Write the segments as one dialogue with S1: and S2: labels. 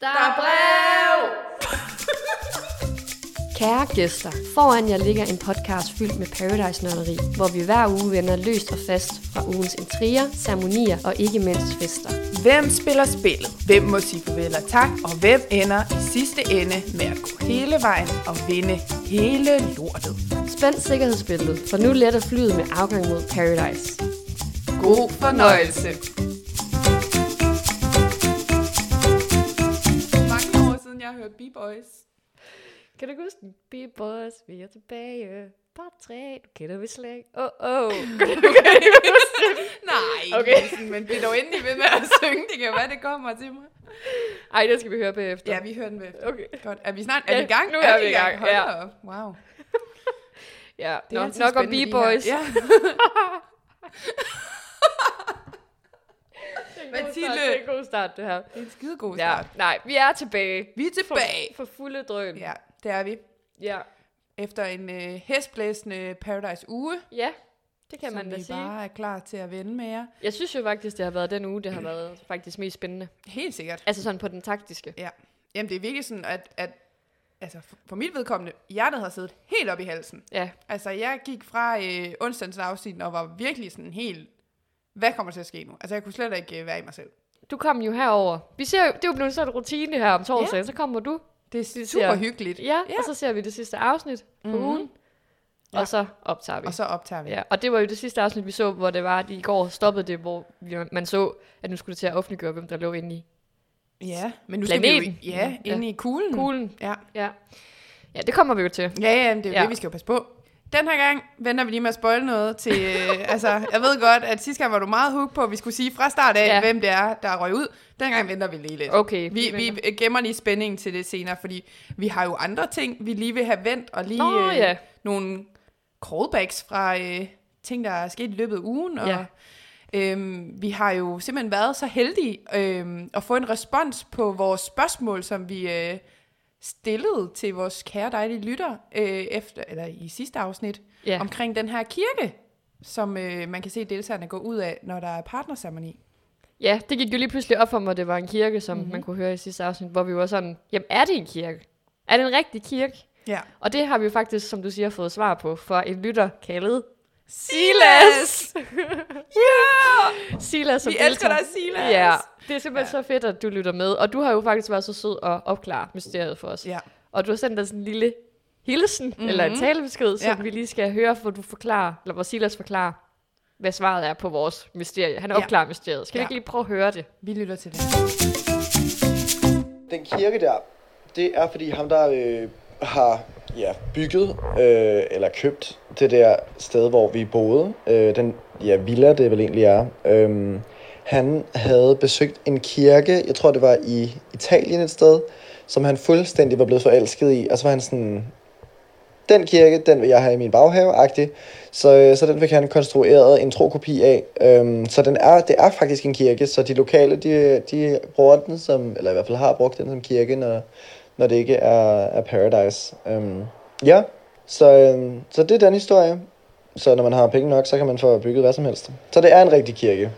S1: Der er brev!
S2: Kære gæster, foran jer ligger en podcast fyldt med paradise nørderi, hvor vi hver uge vender løst og fast fra ugens intriger, ceremonier og ikke mindst fester.
S3: Hvem spiller spillet? Hvem må sige farvel og tak? Og hvem ender i sidste ende med at gå hele vejen og vinde hele lortet?
S2: Spænd sikkerhedsbilledet, for nu letter flyet med afgang mod paradise.
S3: God fornøjelse! Mange år siden, jeg har hørt B-Boys.
S2: Kan du ikke huske den? B-Boys, vi er tilbage. Part 3, du kender vi slet ikke. Åh, oh, oh.
S3: Nej,
S2: Okay.
S3: okay. men bliv dog endelig ved med at synge. Det kan være, det kommer til mig.
S2: Ej, det skal vi høre bagefter.
S3: Ja, vi hører den ved.
S2: Okay.
S3: Godt. Er vi snart? Er vi i
S2: Ja,
S3: gang?
S2: nu er vi i gang,
S3: Hold
S2: ja.
S3: da op. Wow.
S2: Ja,
S3: Det er
S2: Nå,
S3: altid
S2: nok om
S3: spændende, de her.
S2: B-Boys.
S3: Ja. Mathilde.
S2: Det er en god start, det her.
S3: Det er en skidegod
S2: Ja,
S3: start.
S2: nej, vi er tilbage.
S3: Vi er tilbage.
S2: For, for fulde drøn.
S3: Ja, det er vi.
S2: ja.
S3: Efter en øh, hestblæsende Paradise-uge,
S2: Ja, det kan
S3: som
S2: man da
S3: vi
S2: sige.
S3: bare er klar til at vende med jer.
S2: Jeg synes jo faktisk, det har været den uge, det har været faktisk mest spændende.
S3: Helt sikkert.
S2: Altså sådan på den taktiske.
S3: Ja. Jamen, det er virkelig sådan, at, at altså, for- for mit vedkommende, hjertet har siddet helt op i halsen.
S2: Ja,
S3: Altså, jeg gik fra øh, onsdagens afsnit og var virkelig sådan helt, hvad kommer til at ske nu? Altså, jeg kunne slet ikke øh, være i mig selv.
S2: du kom jo herover. Vi ser jo, det er jo blevet sådan en rutine her om torsdagen, ja. så kommer du.
S3: Det er super
S2: siger-
S3: hyggeligt.
S2: Ja, ja, og så ser vi det sidste afsnit på mm-hmm. ugen.
S3: Mhm. Ja.
S2: Og så optager vi.
S3: Og så optager vi.
S2: Ja, og det var jo det sidste afsnit, vi så, hvor det var, at de i går stoppede det, hvor vi- man så, at nu skulle det til at offentliggøre, hvem der lå inde i
S3: ja. men nu skal vi
S2: Planeten.
S3: jo i- ja,
S2: Ja.
S3: inde i kuglen.
S2: kuglen.
S3: Mm. Ja,
S2: Ja. ja, det kommer vi jo til.
S3: Ja, ja, men det er jo
S2: Ja.
S3: ja. det, vi skal jo passe på. Den her gang venter vi lige med at spoil noget til... Øh, altså, jeg ved godt, at sidste gang var du meget hooked på, at vi skulle sige fra start af,
S2: Ja.
S3: ja. hvem det er, der røg ud. Den gang venter vi lige lidt.
S2: Okay,
S3: Vi,
S2: vi
S3: vi gemmer lige spændingen til det senere, fordi vi har jo andre ting, vi øh, lige vil have vendt, og lige
S2: Nå, ja.
S3: nogle callbacks fra øh, ting, der er sket i løbet af ugen. Og,
S2: Ja.
S3: Øhm, vi har jo simpelthen været så heldige øhm, at få en respons på vores spørgsmål, som vi øh, stillede til vores kære dejlige lytter øh, efter, eller i sidste afsnit,
S2: Ja.
S3: ja. omkring den her kirke, som øh, man kan se deltagerne gå ud af, når der er partnerceremoni.
S2: Ja, det gik jo lige pludselig op for mig, at det var en kirke, som mm-hmm. man kunne høre i sidste afsnit, hvor vi var sådan, jamen er det en kirke? Er det en rigtig kirke?
S3: Ja.
S2: Og det har vi jo faktisk, som du siger, fået svar på fra en lytter kaldet
S3: Silas!
S2: Silas. Som
S3: Vi elsker
S2: deltager.
S3: dig, Silas!
S2: Ja, det er simpelthen ja. så fedt, at du lytter med. Og du har jo faktisk været så sød at opklare mysteriet for os.
S3: Ja.
S2: Og du har sendt os en lille hilsen, mm-hmm. eller en talebesked, som
S3: Ja.
S2: vi lige skal høre, hvor du forklarer, eller hvor Silas forklarer, hvad svaret er på vores mysterie. Han
S3: Ja.
S2: opklarer mysteriet. Skal ja. vi
S3: Ja.
S2: ikke lige prøve at høre det?
S3: Vi lytter til det.
S4: Den kirke der, det er fordi ham der øh, har ja, bygget øh, eller købt det der sted, hvor vi boede. Øh, den ja, villa, det vel egentlig er. Øh, han havde besøgt en kirke, jeg tror det var i Italien et sted, som han fuldstændig var blevet forelsket i. Og så var han sådan, den kirke, den vil jeg have i min baghave, agtig. Så, øh, så den fik han konstrueret en trokopi af. Øhm, så den er, det er faktisk en kirke, så de lokale, de, de bruger den som, eller i hvert fald har brugt den som kirke, når, når det ikke er, er paradise. Øhm, ja, så, øhm, så det er den historie. Så når man har penge nok, så kan man få bygget hvad som helst. Så det er en rigtig kirke.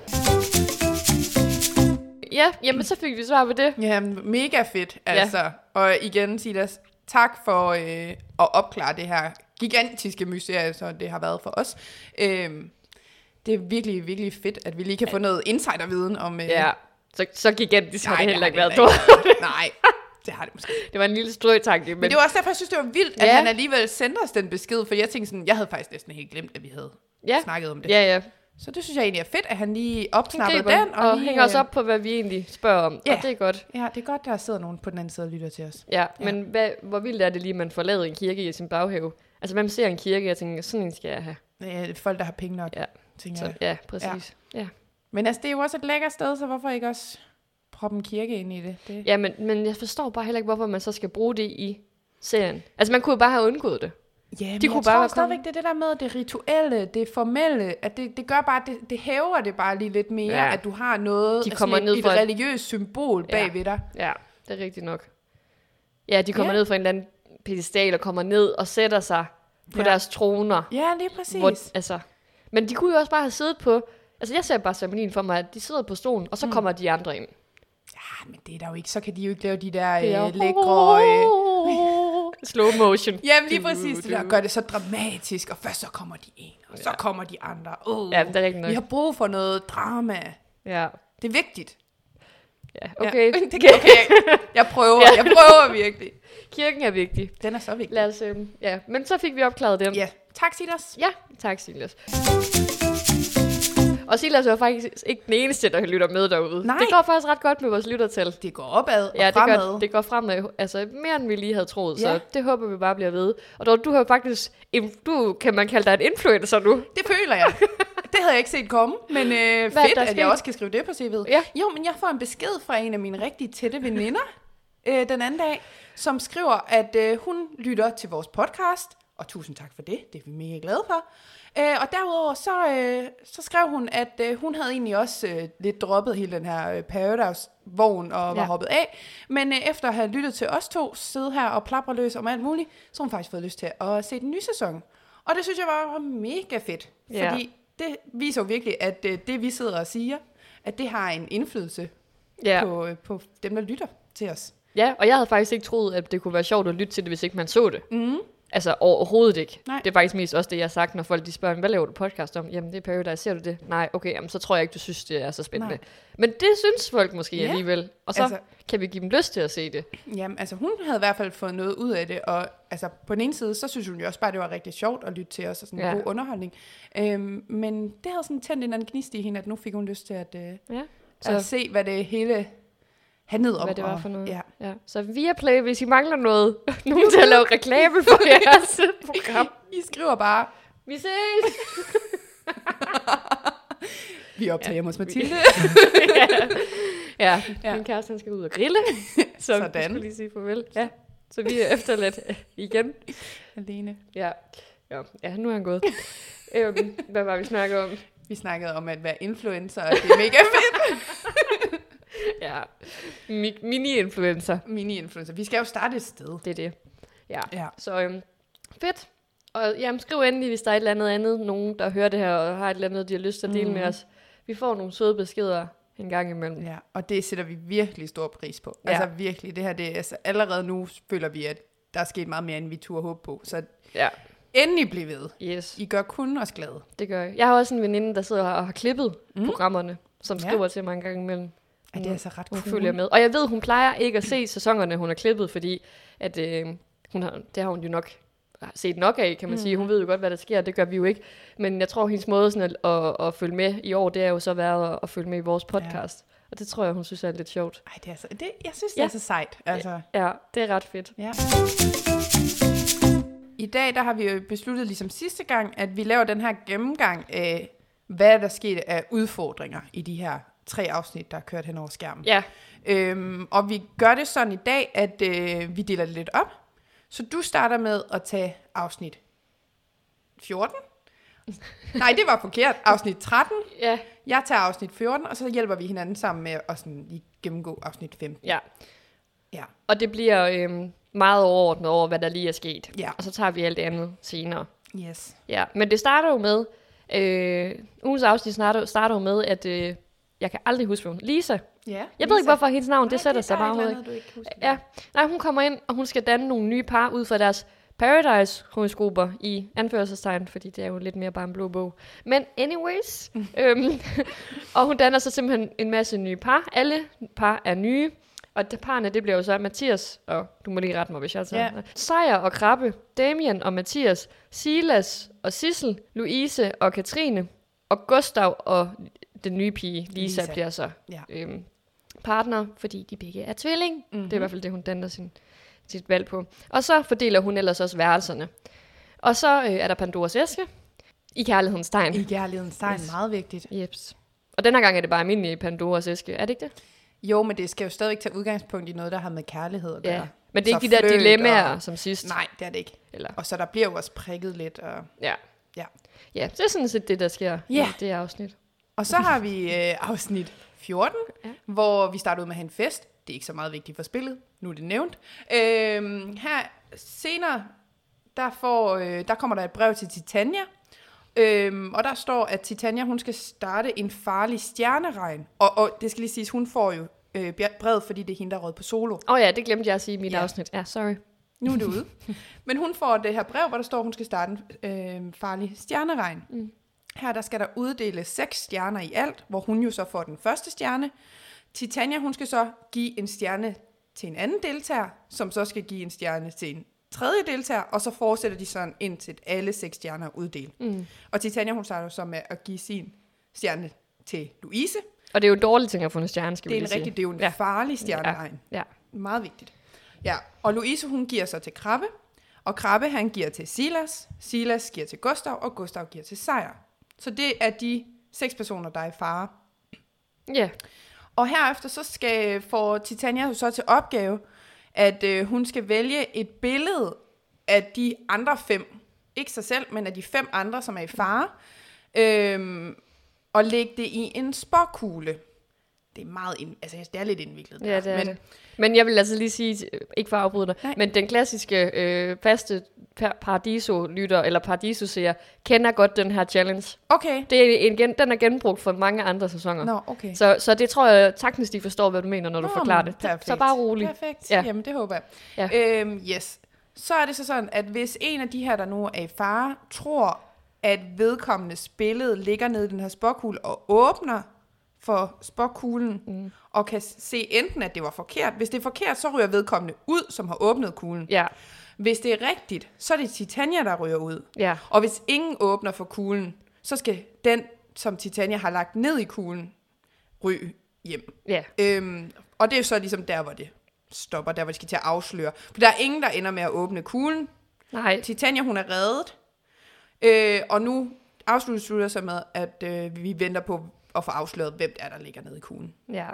S2: Ja, jamen så fik vi svar på det.
S3: Ja, mega fedt, altså. Ja. Og igen, Silas, tak for øh, at opklare det her gigantiske mysterie, som det har været for os. Øhm, det er virkelig, virkelig fedt, at vi lige kan få noget insiderviden om... Øh,
S2: Ja, så, så gigantisk har
S3: Nej,
S2: det heller
S3: det
S2: ikke
S3: har
S2: været.
S3: det
S2: tror jeg.
S3: Nej, det har det måske.
S2: Det var en lille strøtanke, men,
S3: Men det var også derfor, jeg synes, det var vildt, at
S2: Ja.
S3: ja. han alligevel sendte os den besked, for jeg tænkte sådan, jeg havde faktisk næsten helt glemt, at vi havde
S2: ja.
S3: snakket om det.
S2: Ja, ja.
S3: Så det synes jeg egentlig er fedt, at han lige
S2: Den
S3: opsnapper
S2: griber
S3: den.
S2: og, og
S3: lige,
S2: hænger os
S3: øh,
S2: op på, hvad vi egentlig spørger om. Ja.
S3: Ja.
S2: Og det er godt.
S3: Ja, det er godt, der sidder nogen på den anden side og lytter til os.
S2: Ja, ja. men hvad, hvor vildt er det lige, at man får lavet en kirke i sin baghave? Altså, hvem ser en kirke og tænker, sådan en skal jeg have.
S3: Øh, folk, der har penge nok,
S2: Ja.
S3: ja. tænker jeg.
S2: Så, ja, præcis. Ja. Ja.
S3: Men altså, det er jo også et lækkert sted, så hvorfor ikke også proppe en kirke ind i det? det...
S2: ja, men, men jeg forstår bare heller ikke, hvorfor man så skal bruge det i serien. Altså, man kunne jo bare have undgået det.
S3: Ja, men
S2: De
S3: jeg
S2: kunne
S3: tror
S2: bare være
S3: stadigvæk,
S2: kommet.
S3: det er det der med det rituelle, det formelle, at det, det gør bare, det, det hæver det bare lige lidt mere,
S2: Ja.
S3: ja. at du har noget,
S2: De kommer
S3: et,
S2: ned
S3: et
S2: fra-
S3: religiøst symbol
S2: Ja.
S3: ja. bagved dig.
S2: Ja, det er rigtigt nok. Ja, de kommer ja.
S3: Ja.
S2: ned fra en eller anden pedestal og kommer ned og sætter sig på ja.
S3: Ja.
S2: deres troner.
S3: Ja, lige præcis.
S2: Hvor,
S3: Hvor...
S2: altså, men de kunne jo også bare have siddet på... Altså, jeg ser bare ceremonien for mig, at de sidder på stolen, og så mm. kommer de andre ind.
S3: Ja, men det er der jo ikke. Så kan de jo ikke lave de der øh, lækre... Øh,
S2: lækre... Slow motion.
S3: Jamen lige præcis det der, gør det så dramatisk, og først så kommer de en, og så kommer de andre. Uh,
S2: Ja, det er rigtigt nok.
S3: vi har brug for noget drama.
S2: Ja,
S3: Det er vigtigt.
S2: ja.
S3: Ja.
S2: okay.
S3: Det, okay. Jeg prøver,
S2: Ja.
S3: jeg prøver virkelig.
S2: Kirken er vigtig.
S3: Den er så vigtig.
S2: Lad os, øhm, ja. Men så fik vi opklaret den.
S3: Ja, tak Silas.
S2: Ja, tak Silas. Og Silas er jo faktisk ikke den eneste, der lytter med derude.
S3: Nej.
S2: Det går faktisk ret godt med vores lyttertal.
S3: Det går opad og
S2: Ja, det
S3: fremad.
S2: gør, det går fremad. Altså, mere end vi lige havde troet,
S3: Ja.
S2: så det håber vi bare bliver ved. Og dog, du har jo faktisk, en- du kan man kalde dig en influencer nu.
S3: Det føler jeg. Det havde jeg ikke set komme, men øh,
S2: der
S3: fedt,
S2: er
S3: at jeg
S2: sket?
S3: også kan skrive det på CV'et.
S2: Ja.
S3: Jo, men jeg får en besked fra en af mine rigtig tætte veninder øh, den anden dag, som skriver, at øh, hun lytter til vores podcast, og tusind tak for det, det er vi mega glade for. Øh, og derudover så, øh, så skrev hun, at øh, hun havde egentlig også øh, lidt droppet hele den her øh, Paradise-vogn og var
S2: Ja.
S3: ja. hoppet af. Men øh, efter at have lyttet til os to sidde her og plapre løs om alt muligt, så har hun faktisk fået lyst til at se den nye sæson. Og det synes jeg var var mega fedt,
S2: Ja.
S3: fordi det viser jo virkelig, at øh, det vi sidder og siger, at det har en indflydelse ja.
S2: Ja.
S3: på, øh, på dem, der lytter til os.
S2: ja, og jeg havde faktisk ikke troet, at det kunne være sjovt at lytte til det, hvis ikke man så det. Mm. Altså overhovedet ikke.
S3: Nej.
S2: Det er faktisk mest også det, jeg har sagt, når folk de spørger, hvad laver du podcast om? Jamen, det er Paradise, ser du det? Nej, okay, jamen, så tror jeg ikke, du synes, det er så spændende.
S3: Nej.
S2: Men det synes folk måske
S3: Ja.
S2: alligevel. Og så altså.
S3: Altså-
S2: kan vi give dem lyst til at se det.
S3: Jamen, altså hun havde i hvert fald fået noget ud af det, og altså, på den ene side, så synes hun jo også bare, det var rigtig sjovt at lytte til os, og sådan en
S2: Ja.
S3: ja. god underholdning. Øhm, men det havde sådan tændt en eller anden gnist i hende, at nu fik hun lyst til at, øh,
S2: Ja. Så
S3: at se, hvad det hele handlede om.
S2: hvad det var
S3: og-
S2: for noget.
S3: Ja.
S2: Ja. Så Viaplay, hvis I mangler noget, nogen til at lave reklame for jeres program.
S3: I skriver bare,
S2: Vi ses!
S3: vi optager ja. hos Mathilde.
S2: Ja, ja,
S3: Ja.
S2: min kæreste han skal ud og grille. Så
S3: Sådan.
S2: vi skulle lige sige farvel. Ja. Så vi er efterladt øh, igen.
S3: Alene.
S2: Ja, ja, ja nu er han gået. øhm, hvad var vi snakker om?
S3: Vi snakkede om at være influencer, og det er mega fedt.
S2: Ja, Mi- mini-influencer.
S3: Mini-influencer. Vi skal jo starte et sted.
S2: Det er det. Ja.
S3: Ja.
S2: Så øhm, fedt. Og jamen, skriv endelig, hvis der er et eller andet andet, nogen, der hører det her, og har et eller andet, de har lyst til at dele mm. med os. Vi får nogle søde beskeder en gang imellem.
S3: Ja, og det sætter vi virkelig stor pris på.
S2: Ja.
S3: Ja. Altså virkelig, det her, det er, altså, allerede nu føler vi, at der er sket meget mere, end vi turde håbe på. Så
S2: Ja.
S3: endelig bliv ved.
S2: Yes.
S3: I gør kun os glade.
S2: Det gør jeg. Jeg har også en veninde, der sidder og har klippet mm. programmerne, som
S3: Ja.
S2: skriver til mig en gang imellem.
S3: Ja, det er altså ret
S2: Hun
S3: cool.
S2: Mm. følger med. Og jeg ved, hun plejer ikke at se sæsonerne, hun har klippet, fordi at, øh, hun har, det har hun jo nok set nok af, kan man mm. sige. Hun ved jo godt, hvad der sker, det gør vi jo ikke. Men jeg tror, hendes måde sådan at, at, at følge med i år, det er jo så været at, at følge med i vores podcast. Ja. Og det tror jeg, hun synes er lidt sjovt.
S3: Ej, det er så, det, jeg synes, det
S2: Ja.
S3: er så sejt. Altså,
S2: Ja, det er ret fedt.
S3: ja. I dag, der har vi jo besluttet, ligesom sidste gang, at vi laver den her gennemgang af, hvad der skete af udfordringer i de her tre afsnit, der er kørt hen over skærmen.
S2: Ja,
S3: Øhm, og vi gør det sådan i dag, at øh, vi deler det lidt op. Så du starter med at tage afsnit 14. Nej, det var forkert. Afsnit 13.
S2: ja,
S3: Jeg tager afsnit 14, og så hjælper vi hinanden sammen med at sådan lige gennemgå afsnit 15.
S2: ja.
S3: Ja.
S2: Og det bliver øh, meget overordnet over, hvad der lige er sket.
S3: Ja.
S2: Og så tager vi alt det andet senere.
S3: Yes.
S2: Ja, men det starter jo med, øh, ugens afsnit starter, starter jo med, at øh, jeg kan aldrig huske, hvad hun Lisa.
S3: Ja. Jeg
S2: Jeg ved ikke, hvorfor hendes navn, Nej, det sætter
S3: det
S2: sig bare overhovedet
S3: overhovedet ikke.
S2: ikke. Ja. Nej, hun kommer ind, og hun skal danne nogle nye par ud fra deres Paradise-horoskoper i anførselstegn, fordi det er jo lidt mere bare en blå bog. Men anyways, øhm, og hun danner så simpelthen en masse nye par. Alle par er nye, og de parerne, det bliver jo så Mathias, og du må lige rette mig, hvis jeg tager
S3: Ja.
S2: yeah. Sejer og Krabbe, Damien og Mathias, Silas og Sissel, Louise og Katrine, og Gustav og den nye pige, Lisa, Lisa.
S3: Lisa.
S2: bliver så
S3: Ja.
S2: øhm, partner, fordi de begge er tvilling. Mm-hmm.
S3: Mhm.
S2: Det er i hvert fald det, hun danner sin, sit valg på. Og så fordeler hun ellers også værelserne. Og så øh, er der Pandoras æske i kærlighedens tegn.
S3: I kærlighedens tegn, yes. meget vigtigt.
S2: Jeps. Og den her gang er det bare almindelig Pandoras æske, er det ikke det?
S3: Jo, men det skal jo stadigvæk tage udgangspunkt i noget, der har med kærlighed at gøre. Ja.
S2: Men det er ikke de der dilemmaer og... som sidst.
S3: Og... Nej, det er det ikke.
S2: Eller,
S3: Og så der bliver jo også prikket lidt. Og...
S2: ja.
S3: Ja.
S2: ja, det er sådan set det, der sker
S3: Ja.
S2: i det her afsnit.
S3: Og så har vi øh, afsnit 14, ja. hvor vi starter ud med at have en fest. Det er ikke så meget vigtigt for spillet. Nu er det nævnt. Øhm, her senere, der, får, øh, der kommer der et brev til Titania. Øhm, og der står, at Titania hun skal starte en farlig stjerneregn. Og, og det skal lige siges, hun får jo øh, Bjer- Bred, fordi det er hende, der råd på solo.
S2: Åh oh, ja, det glemte jeg at sige i mit
S3: Ja.
S2: yeah. afsnit. Ja, sorry.
S3: Nu er det ude. Men hun får det her brev, hvor der står, hun skal starte en øh, farlig stjerneregn. Mm. Her der skal der uddeles seks stjerner i alt, hvor hun jo så får den første stjerne. Titania, hun skal så give en stjerne til en anden deltager, som så skal give en stjerne til en tredje deltager, og så fortsætter de sådan indtil alle seks stjerner er uddelt. Mm. Og Titania, hun starter jo så med at give sin stjerne til Louise.
S2: Og det er jo dårligt ting at få en stjerne, skal
S3: Det er
S2: vi
S3: en
S2: lige
S3: rigtig, det er jo en
S2: Ja.
S3: ja. farlig stjerneregn.
S2: sige. Ja.
S3: Meget vigtigt. Ja, og Louise hun giver så til Krabbe, og Krabbe han giver til Silas, Silas giver til Gustav, og Gustav giver til Sejr. Så det er de seks personer, der er i fare.
S2: Ja.
S3: Og herefter så skal får Titania jo så til opgave, at øh, hun skal vælge et billede af de andre fem. Ikke sig selv, men af de fem andre, som er i fare. Øhm, og lægge det i en spåkugle. Det er meget ind, altså det er lidt indviklet.
S2: Ja, det er men,
S3: men
S2: det. Men jeg vil altså lige sige, øh, ikke for at afbryde dig,
S3: Nej.
S2: men den klassiske øh, faste pa- Paradiso-lytter, eller Paradiso-seer, kender godt den her challenge.
S3: okay.
S2: Det er en, gen- den er genbrugt for mange andre sæsoner.
S3: Nå, okay.
S2: Så, så det tror jeg teknisk, de forstår, hvad du mener, når du
S3: Nå,
S2: forklarer
S3: men
S2: det. Så,
S3: perfekt.
S2: så bare rolig.
S3: Perfekt.
S2: Ja.
S3: Ja. Jamen, det håber jeg.
S2: Ja.
S3: Øhm, yes. Så er det så sådan, at hvis en af de her, der nu er i fare, tror, at vedkommendes billede ligger nede i den her spåkugle og åbner for spåkuglen, mm. og kan se enten, at det var forkert. Hvis det er forkert, så ryger vedkommende ud, som har åbnet kuglen.
S2: Ja,
S3: Hvis det er rigtigt, så er det Titania, der ryger ud.
S2: ja.
S3: Og hvis ingen åbner for kuglen, så skal den, som Titania har lagt ned i kuglen, ryge hjem.
S2: Ja,
S3: Øhm, og det er så ligesom der, hvor det stopper, der hvor de skal til at afsløre. For der er ingen, der ender med at åbne kuglen.
S2: nej,
S3: Titania, hun er reddet. Øh, og nu afsluttes det så med, at øh, vi venter på at få afsløret, hvem det er, der ligger nede i kuglen.
S2: ja,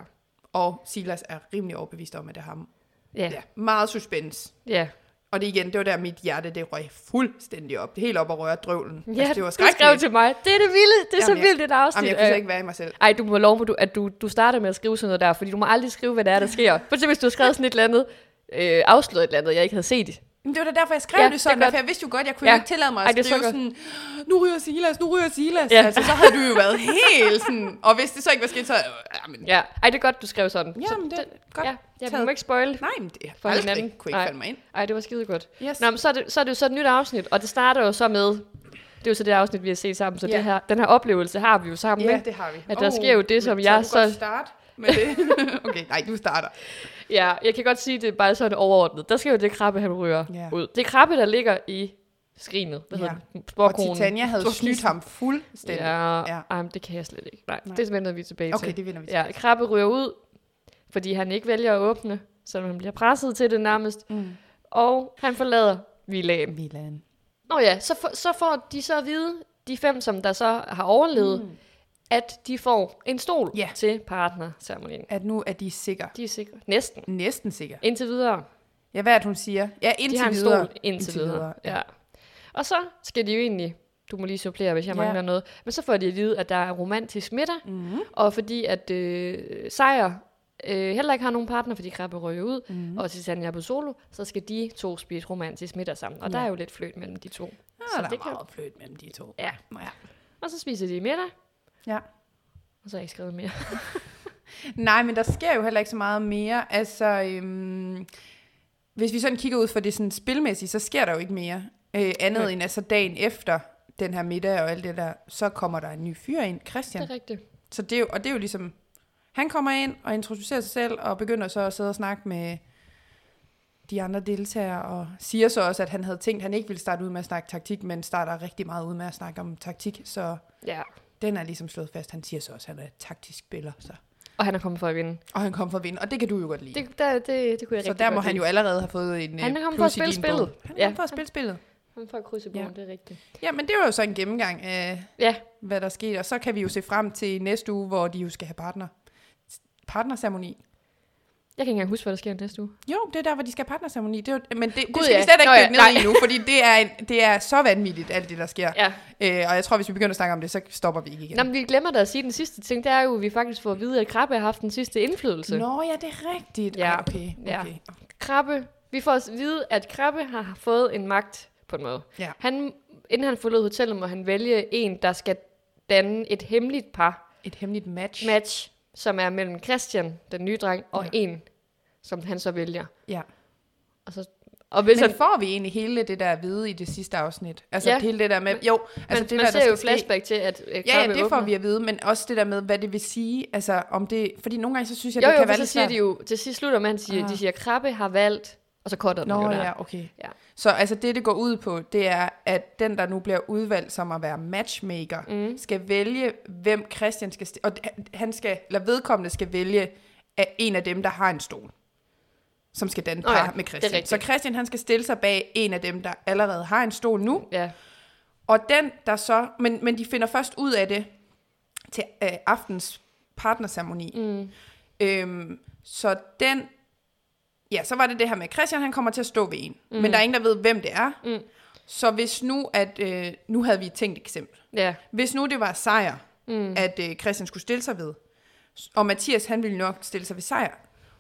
S3: Og Silas er rimelig overbevist om, at det er ham.
S2: ja,
S3: Ja, meget suspense.
S2: ja.
S3: Og det igen, det var der, mit hjerte, det røg fuldstændig op. Det er helt op og røre drøvlen.
S2: Ja,
S3: altså, det var
S2: du skrev
S3: skrækkeligt.
S2: til mig, det er det vilde, det er så
S3: Jamen, jeg-
S2: vildt et afsnit. øh.
S3: Jamen, jeg kunne slet
S2: af-
S3: ikke være i mig selv.
S2: Ej, du må love mig, du, at du, du starter med at skrive sådan noget der, fordi du må aldrig skrive, hvad det er, der sker. For eksempel, hvis du har skrevet sådan et eller andet, øh, afsløret et eller andet, jeg ikke havde set.
S3: Men det var da derfor, jeg skrev
S2: Ja,
S3: ja,
S2: det er
S3: det sådan, det
S2: godt.
S3: for jeg vidste jo godt, jeg kunne
S2: Ja.
S3: ja. ikke tillade mig
S2: Ej,
S3: at
S2: det er
S3: Ej,
S2: så
S3: skrive
S2: godt.
S3: sådan, nu ryger Silas, nu ryger Silas.
S2: Ja.
S3: Ja. Altså, så havde du jo været helt sådan, og hvis det så ikke var sket, så... Øh, jamen,
S2: Ja, ej, det er godt, du skrev sådan.
S3: jamen, det er godt
S2: Ja, ja vi
S3: taget.
S2: må ikke spoil.
S3: Nej, men det
S2: For
S3: for aldrig
S2: hinanden.
S3: kunne ikke
S2: Nej.
S3: falde mig ind.
S2: Ej, det var skide godt.
S3: Yes.
S2: Nå, men så er, det, så er det jo så et nyt afsnit, og det starter jo så med, det er jo så det afsnit, vi har set sammen, så
S3: Ja.
S2: det her, den her oplevelse har vi jo sammen.
S3: Ja,
S2: ikke?
S3: det har vi.
S2: At der sker jo det,
S3: men
S2: som
S3: så
S2: jeg
S3: du godt
S2: så-
S3: starte med det. okay, nej, du starter.
S2: ja, jeg kan godt sige, det er bare sådan overordnet. Der skal jo det krabbe, han ryger
S3: Ja.
S2: ud. Det er krabbe, der ligger i skrinet, hvad
S3: Ja.
S2: hedder den?
S3: Og
S2: Sporkonen.
S3: Titania havde
S2: Sporkonen.
S3: snydt ham fuldstændig.
S2: Ja, ja.
S3: Ja.
S2: Ej, men det kan jeg slet ikke. Nej, Nej.
S3: Nej.
S2: det vender vi tilbage
S3: Okay,
S2: til.
S3: det vender vi
S2: Ja, Krabbe ryger ud, fordi han ikke vælger at åbne, så han bliver presset til det nærmest. Mm. Og han forlader villaen.
S3: Milan.
S2: Nå ja, så, for, så får de så at vide, de fem, som der så har overlevet, mm. at de får en stol
S3: Ja.
S2: til partnerceremonien.
S3: At nu er de sikre.
S2: De er sikre. Næsten.
S3: Næsten sikre.
S2: Indtil videre.
S3: Ja, hvad er det, hun siger? Ja,
S2: De
S3: indtil
S2: har en
S3: videre.
S2: stol indtil videre. Ja.
S3: Ja.
S2: Og så skal de jo egentlig, du må lige supplere, hvis jeg
S3: Ja.
S2: mangler noget, men så får de at vide, at der er romantisk middag, mm-hmm. og fordi at øh, Sejr øh, heller ikke har nogen partner, fordi Krabbe røg ud, mm-hmm. og Titania er på solo, så skal de to spise romantisk middag sammen. Og ja. der er jo lidt fløjt mellem de to.
S3: Så der
S2: det
S3: er
S2: kan-
S3: meget fløjt mellem de to.
S2: Ja.
S3: ja.
S2: Og så spiser de middag,
S3: ja.
S2: og så har jeg ikke skrevet mere.
S3: Nej, men der sker jo heller ikke så meget mere. Altså, øhm, hvis vi sådan kigger ud for det sådan spilmæssige, så sker der jo ikke mere. Øh, andet
S2: Nej.
S3: end altså dagen efter den her middag og alt det der, så kommer der en ny fyr ind,
S2: Ja.
S3: Christian.
S2: Det er rigtigt.
S3: så det er jo, og det er jo ligesom, han kommer ind og introducerer sig selv og begynder så at sidde og snakke med de andre deltagere og siger så også, at han havde tænkt, at han ikke ville starte ud med at snakke taktik, men starter rigtig meget ud med at snakke om taktik, så
S2: Ja.
S3: den er ligesom slået fast. Han siger så også, at han er taktisk spiller, så.
S2: Og han er kommet for at vinde.
S3: og han kom for at vinde, og det kan du jo godt lide.
S2: Det, der, det, det kunne jeg
S3: Så
S2: rigtig
S3: der
S2: godt
S3: må han
S2: lide.
S3: jo allerede have fået en øh,
S2: Han er kommet
S3: plus
S2: for at spille
S3: i din bog.
S2: spillet.
S3: Han er
S2: Ja.
S3: kommet for at spille spillet.
S2: Han får krydset
S3: Ja.
S2: ja. det er rigtigt.
S3: Ja, men det var jo så en gennemgang af,
S2: Ja,
S3: hvad der skete. Og så kan vi jo se frem til næste uge, hvor de jo skal have partner. Partnerceremoni.
S2: jeg kan ikke engang huske, hvad der sker næste uge.
S3: Jo, det er der, hvor de skal have partnerceremoni. Det er jo, men det, det
S2: Gud,
S3: skal
S2: ja.
S3: vi slet
S2: Nå,
S3: ikke
S2: ja,
S3: dykke ned
S2: nej.
S3: i nu, fordi det er, en, det er så vanvittigt, alt det, der sker.
S2: Ja,
S3: Øh, og jeg tror, hvis vi begynder at snakke om det, så stopper vi ikke igen.
S2: Nå, men vi glemmer da at sige den sidste ting, det er jo, at vi faktisk får at vide, at Krabbe har haft den sidste indflydelse.
S3: Nå ja, det er rigtigt.
S2: altså. Ja.
S3: Ej, okay,
S2: Ja.
S3: okay.
S2: Krabbe, vi får at vide, at Krabbe har fået en magt på en måde.
S3: Ja.
S2: Han, inden han forlod hotellet, må han vælge en, der skal danne et hemmeligt par
S3: Et hemmeligt match.
S2: match, som er mellem Christian, den nye dreng, og ja. en, som han så vælger.
S3: Ja.
S2: Og, så, og hvis
S3: Men
S2: han,
S3: får vi egentlig hele det der at vide i det sidste afsnit? Altså
S2: Altså- Ja.
S3: ja. hele det der med, jo, altså
S2: man,
S3: det der,
S2: man
S3: der
S2: ser jo
S3: skal ske-
S2: flashback til, at øh,
S3: Ja, ja,
S2: Krabbel
S3: det
S2: åbner.
S3: får vi at vide, men også det der med, hvad det vil sige, altså om det, fordi nogle gange så synes jeg,
S2: Jo,
S3: det
S2: jo,
S3: kan
S2: for
S3: være
S2: så
S3: lidt
S2: siger
S3: svært.
S2: de jo, til sidst slutter man, siger,
S3: Ah.
S2: de siger, Krabbe har valgt, og så cutter den jo
S3: Nå
S2: der.
S3: ja, okay.
S2: Ja.
S3: Så altså det, det går ud på, det er, at den, der nu bliver udvalgt som at være matchmaker, mm. skal vælge, hvem Christian skal... St- og han skal, eller vedkommende skal vælge af en af dem, der har en stol, som skal danne
S2: Nå ja,
S3: par med
S2: det er
S3: Christian.
S2: rigtigt.
S3: Så Christian, han skal stille sig bag en af dem, der allerede har en stol nu,
S2: Ja.
S3: og den, der så... Men, men de finder først ud af det til øh, aftens partnerceremoni. Mm. Øhm, så den... Ja, så var det det her med, Christian han kommer til at stå ved en. Mm. Men der er ingen, der ved, hvem det er. Mm. Så hvis nu, at... Øh, nu havde vi et tænkt eksempel.
S2: Ja,
S3: Hvis nu det var sejr, mm. at øh, Christian skulle stille sig ved, og Mathias han ville nok stille sig ved sejr.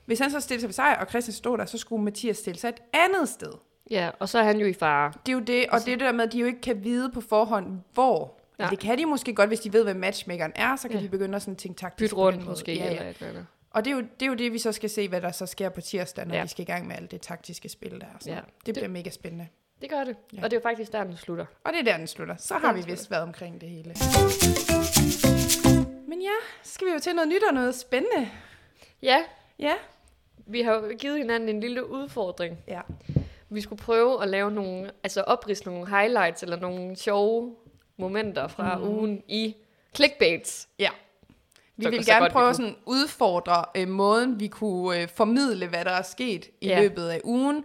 S3: Hvis han så stillede sig ved sejr, og Christian stod der, så skulle Mathias stille sig et andet sted.
S2: ja, og så er han jo i fare.
S3: Det er jo det, og det er det der med, at de jo ikke kan vide på forhånd, hvor.
S2: Nej.
S3: Ja. Det kan de måske godt, hvis de ved, hvad matchmakeren er, så kan ja. de begynde at sådan tænke taktisk.
S2: Bytte
S3: på den
S2: rundt
S3: måde.
S2: måske,
S3: Ja,
S2: eller
S3: ja.
S2: et eller andet.
S3: Og det er, jo, det er jo det, vi så skal se, hvad der så sker på tirsdag, når
S2: Ja.
S3: ja. vi skal i gang med alt det taktiske spil der. Så
S2: Ja.
S3: ja. Det bliver mega spændende.
S2: Det gør det. Ja. Og det er jo faktisk der, den slutter.
S3: Og det er der, den slutter. Så har vi vist været omkring det hele. Men ja, så skal vi jo til noget nyt og noget spændende.
S2: Ja,
S3: Ja.
S2: vi har jo givet hinanden en lille udfordring.
S3: Ja.
S2: Vi skulle prøve at lave nogle, altså oprise nogle highlights eller nogle sjove momenter fra mm. ugen i clickbaits.
S3: Ja. Vi
S2: Så-
S3: vil
S2: så
S3: gerne
S2: godt, vi
S3: prøve
S2: kunne.
S3: at sådan udfordre øh, måden, vi kunne øh, formidle, hvad der er sket i
S2: Ja.
S3: ja. løbet af ugen,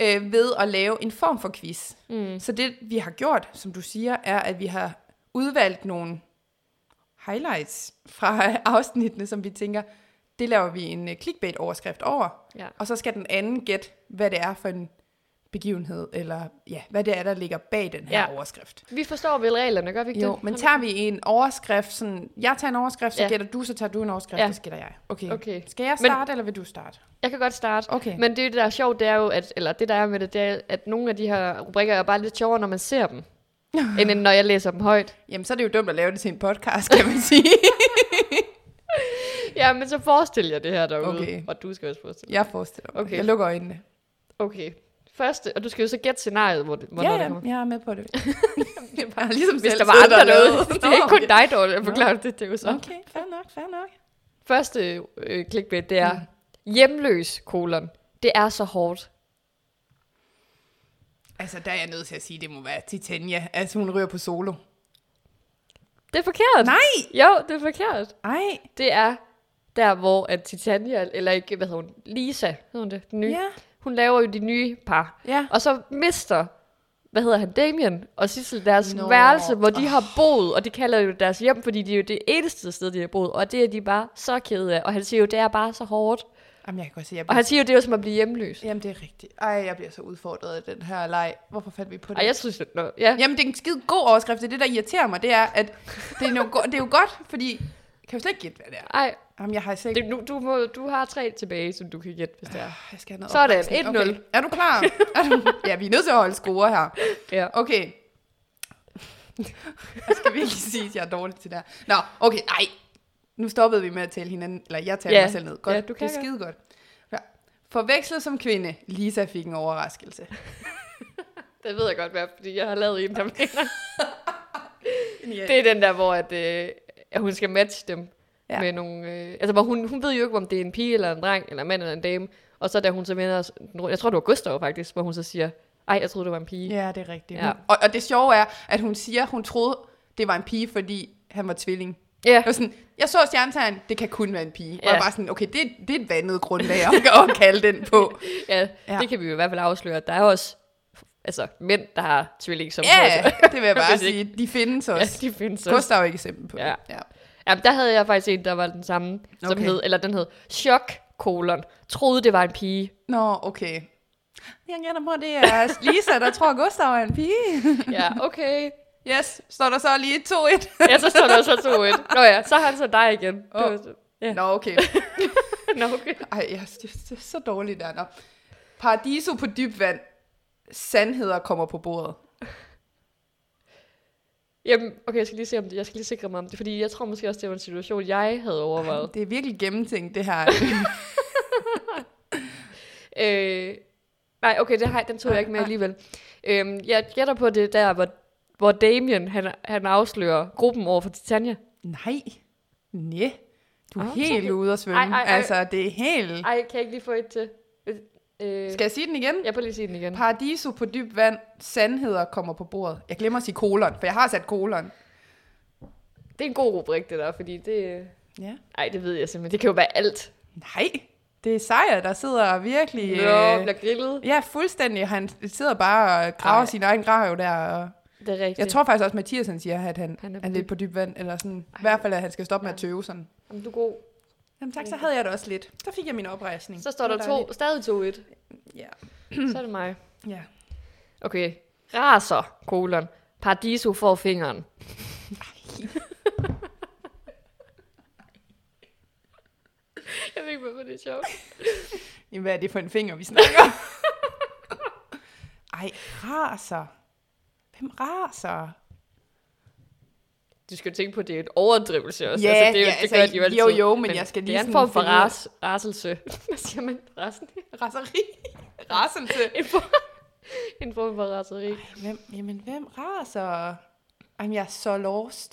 S3: øh, ved at lave en form for quiz. Mm. Så det, vi har gjort, som du siger, er, at vi har udvalgt nogle highlights fra øh, afsnittene, som vi tænker, det laver vi en øh, clickbait-overskrift over,
S2: Ja.
S3: og så skal den anden gætte, hvad det er for en begivenhed, eller ja, hvad det er, der ligger bag den her
S2: Ja.
S3: ja. overskrift.
S2: Vi forstår vel reglerne, gør vi ikke
S3: Jo,
S2: det?
S3: men tager vi en overskrift, sådan, jeg tager en overskrift, så
S2: Ja.
S3: ja. gætter du, så tager du en overskrift,
S2: Ja.
S3: ja. så gætter jeg. Okay.
S2: Okay.
S3: Skal jeg
S2: Men-
S3: starte, men... eller vil du starte?
S2: Jeg kan godt starte.
S3: Okay.
S2: Men det, der er sjovt, det er jo, at, eller det, der er med det, det er, at nogle af de her rubrikker er bare lidt sjovere, når man ser dem, end end når jeg læser dem højt.
S3: Jamen, så er det jo dumt at lave det til en podcast, kan man sige.
S2: Ja, men så forestil jer det her derude.
S3: Okay.
S2: Og du skal også forestille
S3: jeg forestiller mig.
S2: Okay.
S3: Okay. Jeg lukker øjnene.
S2: Okay. Første, og du skal jo så gætte scenariet, hvor det, hvornår
S3: Ja,
S2: det
S3: ja,
S2: kommer.
S3: jeg er med på det. jeg har ligesom
S2: Hvis
S3: selv
S2: der var
S3: siddet
S2: andre
S3: og lavet-
S2: derude. Det er ikke kun dig, Dorte, jeg forklarer det. Det er jo så.
S3: Okay, fair nok, fair nok.
S2: Første øh, clickbait, det er Mm. hjemløs, kolon. Det er så hårdt.
S3: Altså, der er jeg nødt til at sige, det må være Titania. Altså, hun ryger på solo.
S2: Det er forkert.
S3: Nej!
S2: Jo, det er forkert.
S3: Ej,
S2: Det er der, hvor at Titania, eller ikke, hvad hedder hun? Lisa, hedder hun det? Den nye.
S3: Ja.
S2: Hun laver jo de nye par.
S3: Ja.
S2: Og så mister, hvad hedder han, Damien og Sissel deres
S3: Nå.
S2: værelse, hvor de har boet, og de kalder jo deres hjem, fordi det er jo det eneste sted, de har boet, og det er de bare så kede af. Og han siger jo, det er bare så hårdt.
S3: Jamen, jeg kan godt se, jeg
S2: Og
S3: bliver...
S2: han siger jo, det er jo som at blive hjemløs.
S3: Jamen, det er rigtigt. Ej, jeg bliver så udfordret af den her leg. Hvorfor fandt vi på det?
S2: Ej, jeg synes, det er... Ja.
S3: Jamen, det er en skide god overskrift. Det er det, der irriterer mig. Det er, at det er, no- go- det er jo godt, fordi... Kan jo slet ikke gætte, hvad det er?
S2: Ej,
S3: Jamen, jeg har slet ikke...
S2: det, nu, du, må, du har tre tilbage, som du kan gætte, hvis det er.
S3: Jeg skal have noget
S2: Sådan, 1-0.
S3: oprejsning. Okay. Er du klar? Er du... Ja, vi er nødt til at holde score her.
S2: Ja.
S3: Okay. Jeg skal virkelig sige, at jeg er dårlig til det her. Nå, okay, nej. Nu stoppede vi med at tale hinanden, eller jeg talte
S2: Ja.
S3: ja. mig selv ned. Godt,
S2: Ja, du kan
S3: det er
S2: godt.
S3: skide godt. Ja. Forvekslet som kvinde, Lisa fik en overraskelse.
S2: Det ved jeg godt, hvad, fordi jeg har lavet en, der mener.
S3: Ja.
S2: Det er den der, hvor at, øh, at hun skal matche dem. Ja.
S3: Ja.
S2: Med nogle, øh, altså, hvor hun, hun ved jo ikke, om det er en pige, eller en dreng, eller en mand, eller en dame. Og så da hun så vender os, den rundt- jeg tror, det var Gustav faktisk, hvor hun så siger, ej, jeg troede, det var en pige.
S3: Ja, det er rigtigt.
S2: Ja.
S3: Ja. Og, og det sjove er, at hun siger, hun troede, det var en pige, fordi han var tvilling.
S2: Ja.
S3: Jeg var sådan, jeg så stjernetegn, det kan kun være en pige. Ja. Og
S2: Ja.
S3: jeg var sådan, okay, det, det er et vandet grundlag at, at kalde den på.
S2: ja,
S3: Ja.
S2: det kan vi jo i hvert fald afsløre. Der er jo også altså, mænd, der har tvilling som
S3: Ja,
S2: forældre.
S3: det vil jeg bare
S2: Hvis ikke-
S3: sige. De findes
S2: altså. ja,
S3: også.
S2: de findes
S3: Ja,
S2: også.
S3: Gustav er et eksempel på
S2: Ja.
S3: det. Ja.
S2: Jamen, der havde jeg faktisk en, der var den samme, som
S3: Okay.
S2: hed, eller den hed, chok, kolon, troede, det var en pige.
S3: Nå, okay. Jeg gætter på, det er Lisa, der tror, Gustav er en pige.
S2: Ja, okay.
S3: Yes, står der så lige 2-1.
S2: Ja, så står der så 2-1. Nå ja, så har han så dig igen. Det
S3: Åh.
S2: var så- Ja.
S3: Nå, okay.
S2: Nå, okay.
S3: Ej, jeg, det, det er så dårligt der. Nå. Paradiso på dyb vand. Sandheder kommer på bordet.
S2: Jamen, okay, jeg skal lige se om det. Jeg skal lige sikre mig om det, fordi jeg tror måske også, det var en situation, jeg havde overvejet.
S3: Det er virkelig gennemtænkt, det her.
S2: Øh, nej, okay, det har, den tog jeg ikke med alligevel. Øhm, jeg gætter på det der, hvor, hvor Damien han, han afslører gruppen over for Titania.
S3: Nej. Næ. Du er
S2: Ah,
S3: helt
S2: så-
S3: ude at svømme.
S2: Ej, ej, ej.
S3: Altså, det er helt...
S2: Ej, kan jeg ikke lige få et til? Øh,
S3: Skal jeg sige den igen?
S2: Jeg prøver lige at sige den igen.
S3: Paradiso på dyb vand. Sandheder kommer på bordet. Jeg glemmer at sige kolon, for jeg har sat kolon.
S2: Det er en god rubrik, det der, fordi det... øh,
S3: Ja.
S2: Ej, det ved jeg simpelthen. Det kan jo være alt.
S3: Nej. Det er sejr, der sidder virkelig...
S2: Nå,
S3: øh,
S2: bliver grillet.
S3: Ja, fuldstændig. Han sidder bare og graver
S2: Ej.
S3: sin egen grav der. Og
S2: Det er rigtigt.
S3: jeg tror faktisk også, Mathias han siger, at han,
S2: Han
S3: han
S2: er
S3: er,
S2: på
S3: lidt på dyb vand. Eller sådan, I hvert fald, at han skal stoppe med at tøve sådan.
S2: Jamen, du er god.
S3: Jamen tak, så havde jeg det også lidt. Så fik jeg min oprejsning.
S2: Så står der to, stadig 2-1.
S3: Ja.
S2: Så er det mig.
S3: ja.
S2: Okay. Raser, kolon. Paradiso får fingeren. jeg ved ikke, hvorfor det er sjovt.
S3: Jamen, hvad er det for en finger, vi snakker? om? Ej, raser. Hvem raser?
S2: Du skal jo tænke på, at det er en overdrivelse også.
S3: Ja,
S2: det, er jo-
S3: ja,
S2: det
S3: altså,
S2: gør de jo altid.
S3: jo, jo, men jeg skal
S2: Det
S3: lige
S2: er en
S3: sådan
S2: form for
S3: finde ud af-
S2: ras, raselse. Hvad siger man? Rasen?
S3: Raseri. Raselse.
S2: En form, en form for raseri.
S3: Hvem, jamen, hvem raser? Jamen, jeg er så lost.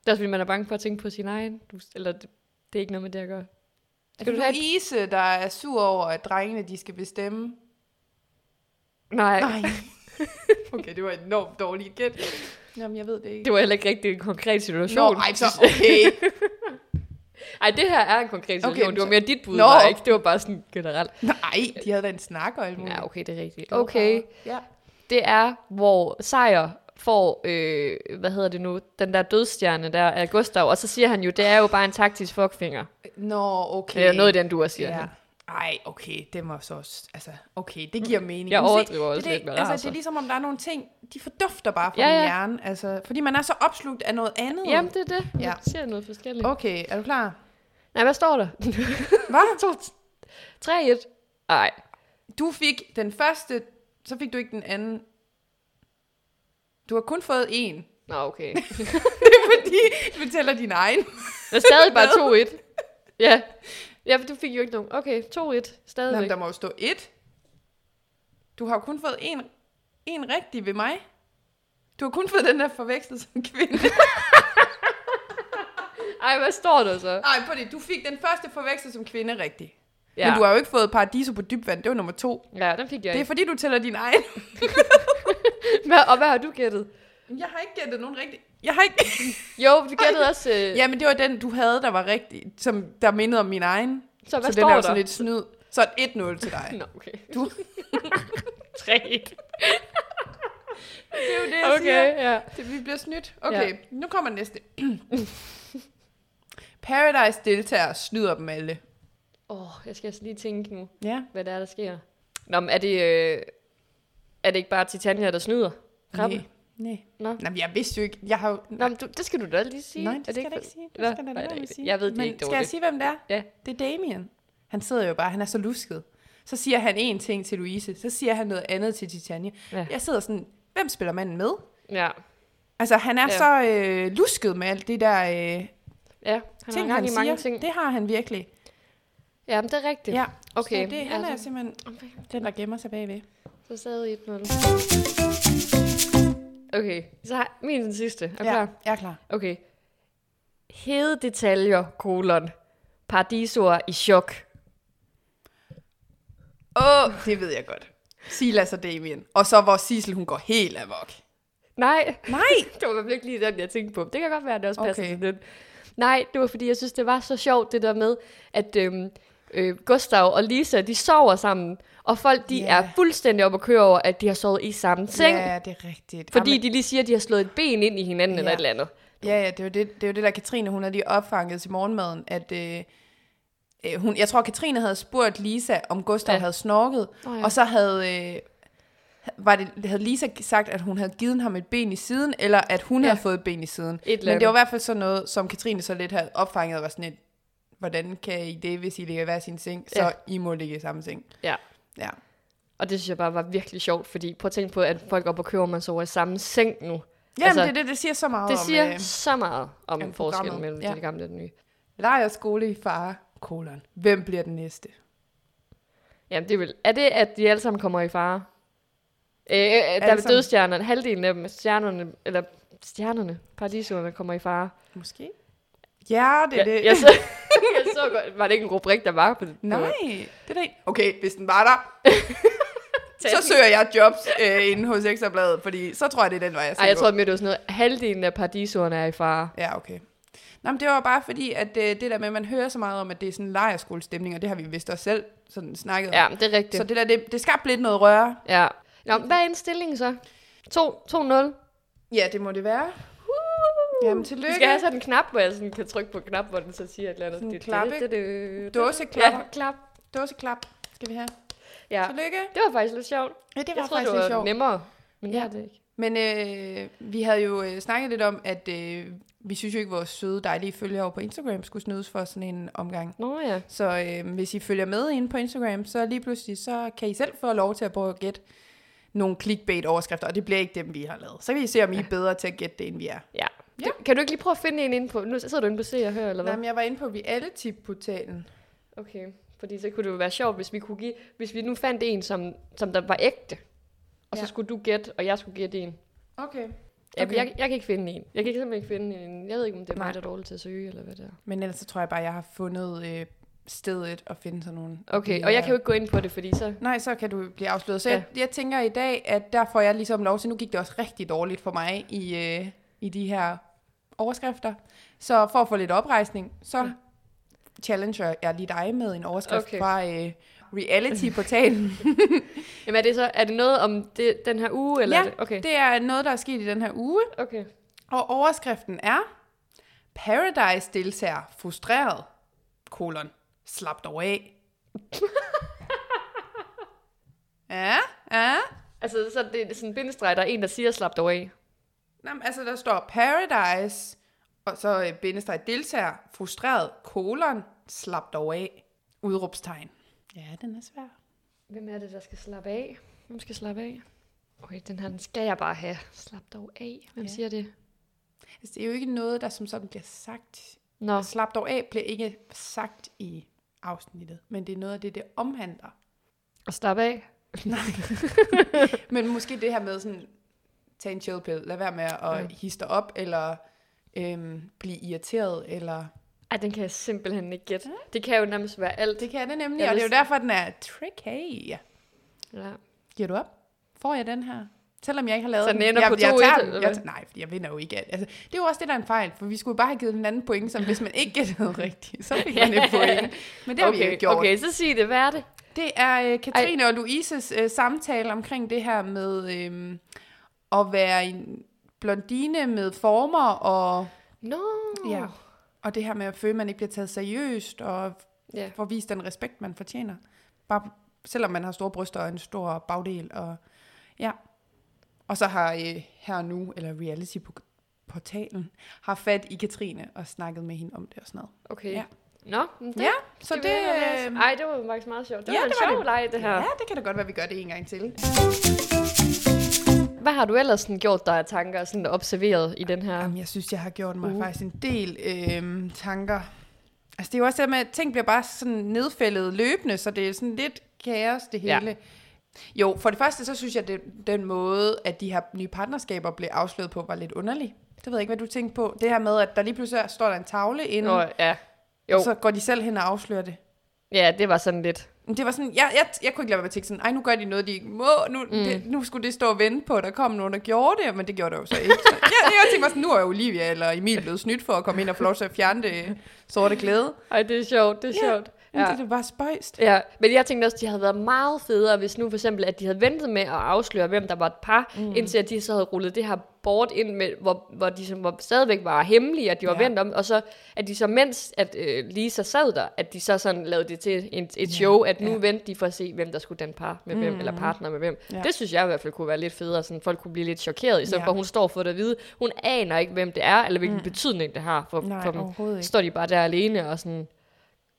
S2: Det er også, fordi man er bange for at tænke på sin egen. Du, eller det, det er ikke noget med det at gøre.
S3: Er
S2: Skal
S3: Altså, det
S2: du have et-
S3: Louise, der er sur over, at drengene de skal bestemme?
S2: Nej,
S3: Nej. okay, det var et enormt dårligt gæt. Jamen, jeg ved det ikke.
S2: det var heller ikke rigtig en konkret situation.
S3: Nå, ej, så okay.
S2: Ej, det her er en konkret situation. Okay,
S3: men
S2: det var
S3: så-
S2: mere dit bud,
S3: Nå.
S2: var ikke? Det var bare sådan generelt.
S3: Nej, de havde da en snak og alt muligt.
S2: Ja, okay, det er rigtigt. Okay,
S3: Ja.
S2: det er, hvor Sejr får, øh, hvad hedder det nu, den der dødstjerne der af Gustav, og så siger han jo, det er jo bare en taktisk fuckfinger.
S3: Nå, okay.
S2: Okay. Eller noget i den du siger ja.
S3: ja.
S2: han. Mm.
S3: Ej, okay, det var så... også- Altså, okay, det giver mening.
S2: Jeg
S3: Men se,
S2: overdriver også
S3: det, er
S2: lidt
S3: det,
S2: med
S3: Altså, det
S2: racer.
S3: er ligesom, om der er nogle ting, de fordufter bare fra
S2: Ja,
S3: ja, ja.
S2: ja.
S3: min hjerne. Altså, fordi man er så opslugt af noget andet.
S2: Jamen, det er det. Ja.
S3: Ja.
S2: Jeg siger noget forskelligt. Okay.
S3: Okay, er du klar?
S2: Nej, hvad står der?
S3: Hvad?
S2: 3-1. Nej.
S3: Du fik den første, så fik du ikke den anden. Du har kun fået en.
S2: Nå, okay.
S3: Det er fordi, du fortæller din egen.
S2: Der er stadig bare 2-1. Ja. Ja, for du fik jo ikke nogen. Okay, 2-1.
S3: Nå,
S2: Stadigvæk.
S3: men der må jo stå et. Du har jo kun fået en, en rigtig ved mig. Du har kun fået den der forvekslet som kvinde.
S2: Ej, hvad står der så?
S3: Nej, på det. Du fik den første forvekslet som kvinde rigtig. Ja.
S2: Ja.
S3: Men du har jo ikke fået Paradiso på dybvand. Det var nummer to.
S2: Ja, den fik jeg
S3: Det er
S2: ikke.
S3: fordi, du tæller din egen.
S2: Hvad, og hvad har du gættet?
S3: Jeg har ikke gættet nogen rigtig. Jeg har ikke...
S2: Jo, du gættede også... Øh,
S3: Jamen, det var den, du havde, der var rigtig, som der mindede om min egen.
S2: så hvad
S3: så
S2: står
S3: den er jo
S2: der?
S3: sådan lidt snyd. Så 1-0 til dig.
S2: Nå, okay.
S3: Du-
S2: 3
S3: det er jo det, jeg
S2: Okay, ja.
S3: Det, vi bliver snydt. Okay, ja. nu kommer næste. Paradise deltager snyder dem alle.
S2: Åh, oh, jeg skal altså lige tænke nu,
S3: Ja.
S2: hvad det er, der sker. Nå, men er det, øh, er det ikke bare Titania, der snyder? Krabben?
S3: Nej. Nej.
S2: Nå.
S3: Nå. men jeg vidste jo ikke. Jeg har jo...
S2: Nå, men du, det skal du da lige sige.
S3: Nej,
S2: Er
S3: det skal jeg da
S2: for-
S3: ikke sige.
S2: Nå,
S3: Det skal jeg da
S2: nej,
S3: lade være
S2: det er
S3: med at sige.
S2: Jeg ved det
S3: Men
S2: ikke
S3: Skal jeg
S2: dårligt.
S3: sige, hvem det er?
S2: Ja.
S3: Det er Damien. Han sidder jo bare, han er så lusket. Så siger han en ting til Louise, så siger han noget andet til Titania.
S2: Ja.
S3: Ja. Jeg sidder sådan, hvem spiller manden med?
S2: Ja,
S3: Altså, han er
S2: Ja.
S3: ja. så øh, lusket med alt det der øh,
S2: ja. Han har
S3: ting, han
S2: gang i mange
S3: siger.
S2: ting.
S3: Det har han virkelig.
S2: Ja, men det er rigtigt.
S3: Ja.
S2: Okay,
S3: Så det, han er
S2: altså.
S3: simpelthen
S2: Okay.
S3: den, der gemmer sig bagved.
S2: Så sad i 1-0. Okay, så har min den sidste. Er du
S3: ja,
S2: klar?
S3: jeg er klar.
S2: Okay. Hede detaljer, kolon. Paradisoer i chok.
S3: Åh, oh, det ved jeg godt. Silas og Damien. Og så hvor Sissel, hun går helt amok.
S2: Nej,
S3: Nej!
S2: det var virkelig lige den, jeg tænkte på. Det kan godt være, at det også passer
S3: Okay.
S2: okay. til den. Nej, det var fordi, jeg synes, det var så sjovt, det der med, at øhm, øh, Gustav og Lisa, de sover sammen. Og folk, de
S3: Ja.
S2: er fuldstændig oppe at køre over, at de har sovet i samme seng.
S3: Ja, det er rigtigt.
S2: Fordi
S3: Jamen,
S2: de lige siger, at de har slået et ben ind i hinanden eller
S3: Ja.
S2: et eller andet.
S3: Ja, ja, det er jo det, det, er jo det der Katrine, hun har lige opfanget til morgenmaden, at... Øh, øh, hun, jeg tror, Katrine havde spurgt Lisa, om Gustav
S2: Ja.
S3: ja. havde snorket,
S2: Åh,
S3: oh,
S2: ja.
S3: ja. og så havde, øh, var det, havde Lisa sagt, at hun havde givet ham et ben i siden, eller at hun
S2: Ja.
S3: ja. havde fået et ben i siden.
S2: eller
S3: Men
S2: andet.
S3: det var i hvert fald sådan noget, som Katrine så lidt havde opfanget, og var sådan et, hvordan kan I det, hvis I ligger i hver sin seng, så
S2: Ja.
S3: ja. I må ligge i samme seng.
S2: Ja.
S3: Ja.
S2: Og det synes jeg bare var virkelig sjovt, fordi prøv at tænke på, at folk op og køber, man sover i samme seng nu.
S3: Jamen, altså, det er det, det siger så meget
S2: Det
S3: om...
S2: siger
S3: øh,
S2: så meget om
S3: om
S2: forskellen
S3: programmet.
S2: mellem ja.
S3: Ja.
S2: det gamle og det nye.
S3: Lejer skole i fare, kolon. Hvem bliver den næste?
S2: Jamen, det er, vel, er det, at de alle sammen kommer i fare? Øh, der er
S3: sammen.
S2: dødstjernerne, halvdelen af dem, stjernerne, eller stjernerne, paradisoerne kommer i fare.
S3: Måske? Ja, det er
S2: Jeg,
S3: det.
S2: jeg, så, jeg så godt, var det ikke en rubrik, der var på det? på-
S3: Nej, det er det ikke. Okay, hvis den var der,
S2: Tag
S3: så
S2: den.
S3: søger jeg jobs øh, inde hos Ekstrabladet, fordi så tror jeg, det er den vej, jeg skal
S2: Ej, jeg
S3: gå.
S2: tror mere, det var sådan noget, halvdelen af paradisoerne er i fare.
S3: Ja, okay. Nå, men det var bare fordi, at øh, det der med, at man hører så meget om, at det er sådan en lejerskolestemning, og det har vi vist også selv sådan snakket
S2: Ja,
S3: om.
S2: det er rigtigt.
S3: Så det der, det, det skabte lidt noget røre.
S2: Ja. Nå, men hvad er indstillingen så? 2- 2-0.
S3: Ja, det må det være. Jamen, tillykke.
S2: Vi skal have sådan en knap, hvor jeg sådan kan trykke på en knap, hvor den så siger et eller andet.
S3: Sådan en
S2: Det-
S3: klap, ikke?
S2: det- det- det-
S3: Dåseklap.
S2: Ja, klap.
S3: Dåseklap skal vi have.
S2: Ja.
S3: Tillykke.
S2: Det var faktisk lidt sjovt.
S3: Ja, det var
S2: Jeg troede,
S3: faktisk
S2: det
S3: lidt
S2: var
S3: sjovt.
S2: nemmere. Men ja. det er det ikke.
S3: Men øh, vi havde jo øh, snakket lidt om, at øh, vi synes jo ikke, vores søde, dejlige følgere på Instagram skulle snydes for sådan en omgang.
S2: Nå ja.
S3: Så øh, hvis I følger med inde på Instagram, så lige pludselig, så kan I selv få lov til at prøve at gætte nogle clickbait-overskrifter, og det bliver ikke dem, vi har lavet. Så kan I se, om I er bedre til at gætte det, end vi er.
S2: Ja. Du, kan du ikke lige prøve at finde en inde på... Nu sidder du inde på Se og Hør, eller hvad?
S3: Nej, men jeg var inde på reality-portalen.
S2: Okay. Fordi så kunne det jo være sjovt, hvis vi kunne give... Hvis vi nu fandt en, som, som der var ægte. Og ja. så
S3: Ja.
S2: skulle du gætte, og jeg skulle gætte en.
S3: Okay.
S2: Ja, okay.
S3: Okay.
S2: jeg, jeg kan ikke finde en. Jeg kan simpelthen ikke finde en. Jeg ved ikke, om det er
S3: Nej.
S2: mig, der er dårlig til at søge, eller hvad det er.
S3: Men ellers så tror jeg bare, jeg har fundet øh, stedet at finde sådan nogle.
S2: Okay,
S3: Vi
S2: og jeg
S3: er-
S2: kan jo ikke gå ind på det, fordi så...
S3: Nej, så kan du blive afsløret. Så
S2: Ja.
S3: ja. jeg, jeg tænker i dag, at der får jeg ligesom lov til, nu gik det også rigtig dårligt for mig i, øh, i de her overskrifter. Så for at få lidt oprejsning, så ja. challenger jeg lige dig med en overskrift
S2: Okay.
S3: okay. fra øh, reality-portalen.
S2: Jamen er det så... Er det noget om det, den her uge, eller er
S3: ja,
S2: det? Okay.
S3: det er noget, der er sket i den her uge,
S2: Okay.
S3: og overskriften er Paradise-deltager frustreret, kolon, slap dog af. ja, ja.
S2: Altså, så det er sådan en bindestreg, der er en, der siger, slap dig af.
S3: Nå, men altså, der står Paradise, og så øh, bindestreg deltager, frustreret, kolon, slap dog af, udråbstegn. Ja, den er svær.
S2: Hvem er det, der skal slappe af? Hvem skal slappe af? Okay, den her, den skal jeg bare have. Slap dog af. Hvem ja.
S3: Ja.
S2: siger det?
S3: Altså, det er jo ikke noget, der som sådan bliver sagt.
S2: Nå,
S3: Slap dog af bliver ikke sagt i afsnittet, men det er noget af det, det omhandler.
S2: og slap af.
S3: Men måske det her med sådan, tag en chill pill, lad være med at
S2: Ja.
S3: ja. hisse dig op, eller øhm, blive irriteret, eller...
S2: Ej, den kan jeg simpelthen ikke gætte. Det kan jo nærmest være alt.
S3: Det kan det nemlig,
S2: Jeg
S3: og det er
S2: vidste-
S3: jo derfor, den er tricky.
S2: Ja.
S3: Giver du op? Får jeg den her? Selvom jeg ikke har lavet
S2: Så den ender
S3: jeg,
S2: på
S3: jeg
S2: 2-1,
S3: tager den.
S2: eller
S3: Jeg
S2: hvad?
S3: tager- nej, fordi jeg vinder jo ikke alt. Altså, det er jo også det, der er en fejl, for vi skulle bare have givet den anden point, som hvis man ikke gættede rigtigt, så fik man et point. Men det har
S2: okay,
S3: vi jo ikke gjort.
S2: Okay, så sig det. Hvad er det?
S3: Det er øh, Katrine og Louises øh, samtale omkring det her med øh, at være en blondine med former, og,
S2: Nå. Uh.
S3: ja, og det her med at føle, at man ikke bliver taget seriøst, og
S2: ja.
S3: får vist den respekt, man fortjener. Bare selvom man har store bryster og en stor bagdel. Og, ja. og så har øh, her og nu, eller reality-portalen, har fat i Katrine og snakket med hende om det og sådan noget.
S2: Okay.
S3: Ja.
S2: Nå, men det,
S3: Ja, så
S2: skal vi
S3: det...
S2: ind og læse.
S3: øh,
S2: Ej, det var faktisk meget sjovt. Det
S3: ja,
S2: var en
S3: det var
S2: sjov
S3: det.
S2: leg, det her.
S3: Ja, det kan da godt være, vi gør det en gang til.
S2: Hvad har du ellers sådan gjort dig af tanker og sådan observeret i den her?
S3: Jamen, jeg synes, jeg har gjort mig
S2: Uh.
S3: uh. faktisk en del øh, tanker. Altså, det er jo også det med, at ting bliver bare sådan nedfældet løbende, så det er sådan lidt kaos, det
S2: Ja.
S3: hele. Ja. Jo, for det første, så synes jeg, at den måde, at de her nye partnerskaber blev afsløret på, var lidt underlig. Det ved jeg ikke, hvad du tænkte på. Det her med, at der lige pludselig er- står der en tavle inde,
S2: Nå,
S3: og
S2: ja. Jo,
S3: så går de selv hen og afslører det.
S2: ja, det var sådan lidt.
S3: Men Det var sådan, jeg, jeg, jeg kunne ikke lade være med at tænke sådan, ej, nu gør de noget, de ikke må, nu, mm. det, nu skulle det stå og vente på, at der kom nogen, der gjorde det, men det gjorde der jo så ikke. Så, jeg, jeg tænkte bare sådan, nu er Olivia eller Emil blevet snydt for at komme ind og få lov til at fjerne det øh, sorte glæde.
S2: Ej, det er sjovt, det er
S3: Ja,
S2: sjovt.
S3: Ja. Det er da bare spøjst.
S2: Ja, men jeg tænkte også, at de havde været meget federe, hvis nu for eksempel, at de havde ventet med at afsløre, hvem der var et par, mm. indtil at de så havde rullet det her board ind, med, hvor, hvor de som var, stadigvæk var hemmelige, at de var ja.
S3: Ja.
S2: vendt om, og så at de så, mens at øh, Lisa sad der, at de så sådan lavede det til en, et show, at nu ja. vendte de for at se, hvem der skulle danne par med hvem, eller partner med hvem. Ja.
S3: Ja.
S2: Det synes jeg i hvert fald kunne være lidt federe, sådan folk kunne blive lidt chokeret, i stedet ja.
S3: Ja.
S2: for at hun står for det at vide, hun aner ikke, hvem det er, eller hvilken mm. betydning det har for,
S3: Nej,
S2: for dem.
S3: overhovedet ikke.
S2: Står de bare der alene og sådan,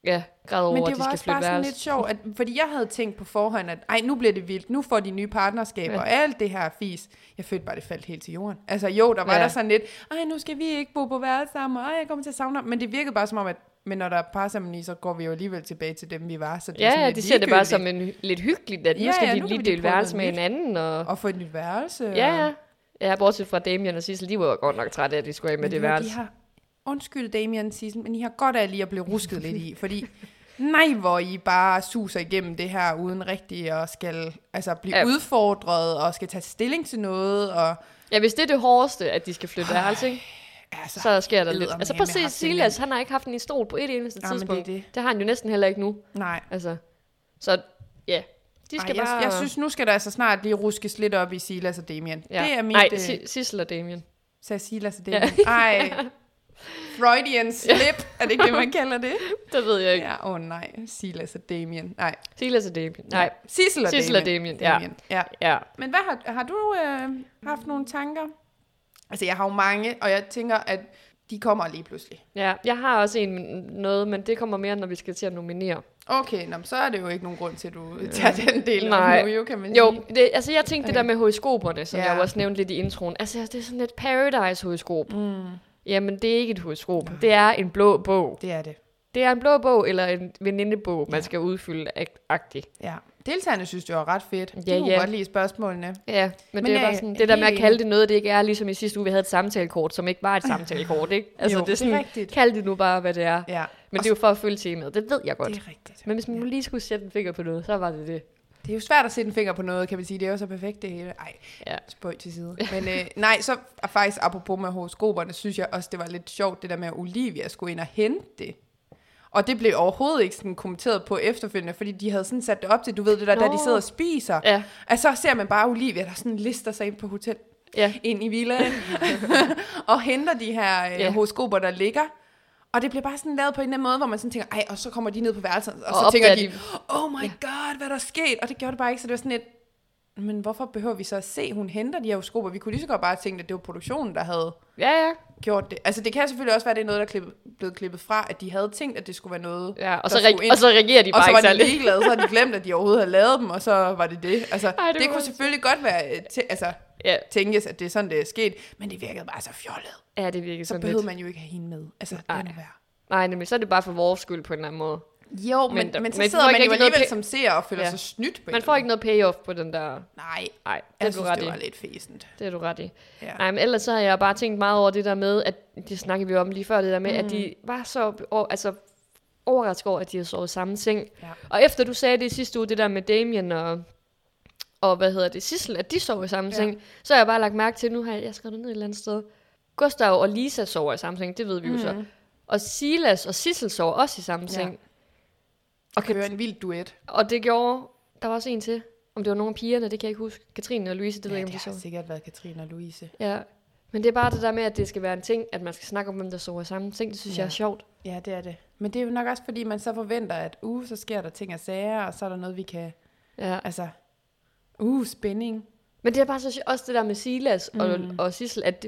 S2: ja, græder over,
S3: Men
S2: at
S3: det
S2: de
S3: var
S2: skal
S3: også bare
S2: flytte
S3: sådan
S2: værelse.
S3: lidt sjovt, at, fordi jeg havde tænkt på forhånd, at ej, nu bliver det vildt, nu får de nye partnerskaber,
S2: Ja.
S3: ja. og alt det her fis. Jeg følte bare, det faldt helt til jorden. Altså jo, der var
S2: Ja.
S3: ja. der sådan lidt, ej, nu skal vi ikke bo på værelse sammen, og ej, jeg kommer til at savne ham. Men det virkede bare som om, at men når der er parsamling, så går vi jo alligevel tilbage til dem, vi var. Så det er sådan
S2: Ja, ja,
S3: lidt
S2: de ser det bare
S3: ligegyldigt.
S2: som en, hy- lidt hyggeligt, at nu
S3: Ja,
S2: skal
S3: ja,
S2: de
S3: nu kan
S2: lige
S3: vi lige
S2: dele
S3: prøve
S2: værelse med
S3: noget nyt.
S2: hinanden. Og,
S3: Og få et nyt værelse.
S2: ja, ja. Ja, bortset fra Damien og Sissel, de var jo godt nok trætte af, at de skulle af med
S3: Men
S2: det
S3: ved du hvad,
S2: værelse.
S3: De har, undskyld Damien Sissel, men I har godt af lige at blive rusket lidt i, fordi nej, hvor I bare suser igennem det her uden rigtig at skal altså, blive
S2: Ja.
S3: ja. udfordret og skal tage stilling til noget. Og,
S2: Ja, hvis det er det hårdeste, at de skal flytte værelse, ikke?
S3: altså,
S2: så sker der lidt.
S3: eddermame,
S2: Altså
S3: jeg har
S2: præcis,
S3: haft det
S2: Silas, han har ikke haft en i stol på et eneste
S3: Ja, men det er
S2: tidspunkt.
S3: det.
S2: det har han jo næsten heller ikke nu.
S3: nej,
S2: Altså, så ja, de skal
S3: Ej,
S2: bare...
S3: jeg, jeg synes, nu skal der altså snart lige ruskes lidt op i Silas og Damien.
S2: ja.
S3: Ja. Det er mit...
S2: Nej,
S3: øh,
S2: Si- Sissel og Damien.
S3: sagde Silas og Damien. Ej, Freudian slip, er det ikke det, man kalder det?
S2: Det ved jeg ikke. Ja.
S3: Ja, åh oh, nej, Silas og Damien. Nej,
S2: Silas og Damien. Nej,
S3: Sissel og
S2: Sissel og Damien, ja.
S3: ja.
S2: ja.
S3: Men hvad har, har du øh, haft nogle tanker? Altså, jeg har jo mange, og jeg tænker, at de kommer lige pludselig.
S2: Ja, jeg har også en noget, men det kommer mere, når vi skal til at nominere.
S3: Okay, nå, men så er det jo ikke nogen grund til, at du tager den del
S2: Nej.
S3: af nu, jo, kan man
S2: Jo,
S3: sige.
S2: det, altså jeg tænkte okay. det
S3: Okay.
S2: der med horoskoperne, som ja.
S3: Ja.
S2: jeg jo også nævnte lidt i introen. Altså det er sådan et Paradise-horoskop. Mm. Jamen det er ikke et horoskop, det er en blå bog.
S3: Det er det.
S2: Det er en blå bog eller en venindebog, man skal udfylde ag- agtigt.
S3: Ja. Deltagerne synes, det var ret fedt. De
S2: Ja,
S3: kunne
S2: ja.
S3: godt lide spørgsmålene.
S2: Ja, men, men
S3: Men
S2: det er
S3: jeg
S2: bare
S3: er
S2: sådan, det der med
S3: helt
S2: at kalde det noget, det ikke er, ligesom i sidste uge, vi havde et samtalekort, som ikke var et samtalekort, ikke? Altså
S3: Jo,
S2: det
S3: det
S2: er
S3: er
S2: sådan,
S3: rigtigt.
S2: kald det nu bare, hvad det er. Ja.
S3: Ja,
S2: Men det er jo for at følge temaet, det ved jeg godt.
S3: det er rigtigt.
S2: Men hvis man nu lige skulle sætte en finger på noget, så var det det.
S3: Det er jo svært at sætte en finger på noget, kan man sige. Det er jo så perfekt det hele. Ej,
S2: Ja.
S3: ja. spøj til side. Men øh, nej, så og faktisk apropos med horoskoperne, synes jeg også, det var lidt sjovt, det der med, at Olivia skulle ind og hente det. Og det blev overhovedet ikke sådan kommenteret på efterfølgende, fordi de havde sådan sat det op til, du ved det der, Nå. da
S2: Nå.
S3: de sidder og spiser.
S2: Ja.
S3: Altså, så ser man bare Olivia, der sådan lister sig ind på hotel,
S2: Ja.
S3: ind i villaen, og henter de her øh,
S2: Ja.
S3: ja. horoskoper, der ligger. Og det bliver bare sådan lavet på en eller anden måde, hvor man sådan tænker, ej, og så kommer de ned på værelset, og,
S2: Og
S3: så tænker
S2: opdager
S3: de, oh my god, hvad er der sket? Og det gjorde det bare ikke, så det var sådan lidt, men hvorfor behøver vi så at se, hun henter de her horoskoper? Vi kunne lige så godt bare have tænkt, at det var produktionen, der havde
S2: Ja, ja.
S3: gjort det. Altså det kan selvfølgelig også være, at det er noget, der er klippet, blevet klippet fra, at de havde tænkt, at det skulle være noget,
S2: ja. Og,
S3: der
S2: så
S3: skulle
S2: re-
S3: ind.
S2: og så reagerer de
S3: og
S2: bare
S3: så
S2: ikke
S3: var de
S2: særlig.
S3: ligeglade, så havde de glemt, at de overhovedet havde lavet dem, og så var det det. Altså,
S2: Ej,
S3: Ej,
S2: det
S3: det, det
S2: var
S3: kunne
S2: så-
S3: selvfølgelig godt være, øh, tæ- altså,
S2: Ja.
S3: tænkes, at det er sådan, det er sket, men det virkede bare så fjollet.
S2: ja, det virker
S3: Så
S2: sådan
S3: behøvede
S2: lidt.
S3: man jo ikke have hende med. Altså, det
S2: Nej.
S3: er nu værd.
S2: Nej, nemlig, så er det bare for vores skyld på en eller anden måde.
S3: Jo, men,
S2: Men der-
S3: men, men så
S2: men
S3: sidder
S2: får
S3: man
S2: ikke
S3: jo
S2: rigtig noget
S3: alligevel
S2: pæ-
S3: som ser og føler
S2: Ja.
S3: ja. sig snydt på en
S2: Man får ikke noget payoff på den der...
S3: Nej,
S2: Nej, det er
S3: jeg
S2: du
S3: synes,
S2: ret
S3: det
S2: i.
S3: var lidt fæsent.
S2: Det er du ret i. Ja.
S3: Ja.
S2: Nej, men ellers så har jeg bare tænkt meget over det der med, at det snakkede vi jo om lige før, det der med, mm. at de var så og, altså, overrasket over, at de havde sovet i samme seng. Ja.
S3: Ja.
S2: Og efter du sagde det i sidste uge, det der med Damien og, og hvad hedder det, Sissel, at de sov i samme ja.
S3: Ja.
S2: seng, så har jeg bare lagt mærke til, nu har jeg, jeg skrevet det ned et eller andet sted, Gustav og Lisa sover i samme seng, det ved vi mm. jo så. Og Silas og Sissel sover også i samme ja.
S3: Ja.
S2: seng.
S3: Og kan høre en vild duet.
S2: Og det gjorde, der var også en til, om det var nogle af pigerne, det kan jeg ikke huske. Katrine og Louise, det ja, ved jeg
S3: ja,
S2: ikke, om
S3: det altså-
S2: de
S3: har
S2: sov.
S3: sikkert været Katrine og Louise.
S2: Ja, men det er bare det der med, at det skal være en ting, at man skal snakke om, hvem der sover i samme ting. Det synes ja.
S3: Ja.
S2: jeg er sjovt.
S3: Ja, det er det. Men det er jo nok også, fordi man så forventer, at uh, så sker der ting og sager, og så er der noget, vi kan...
S2: Ja.
S3: Altså, uh, spænding.
S2: Men det er bare så sjovt, også det der med Silas mm. og, og Sissel, at de,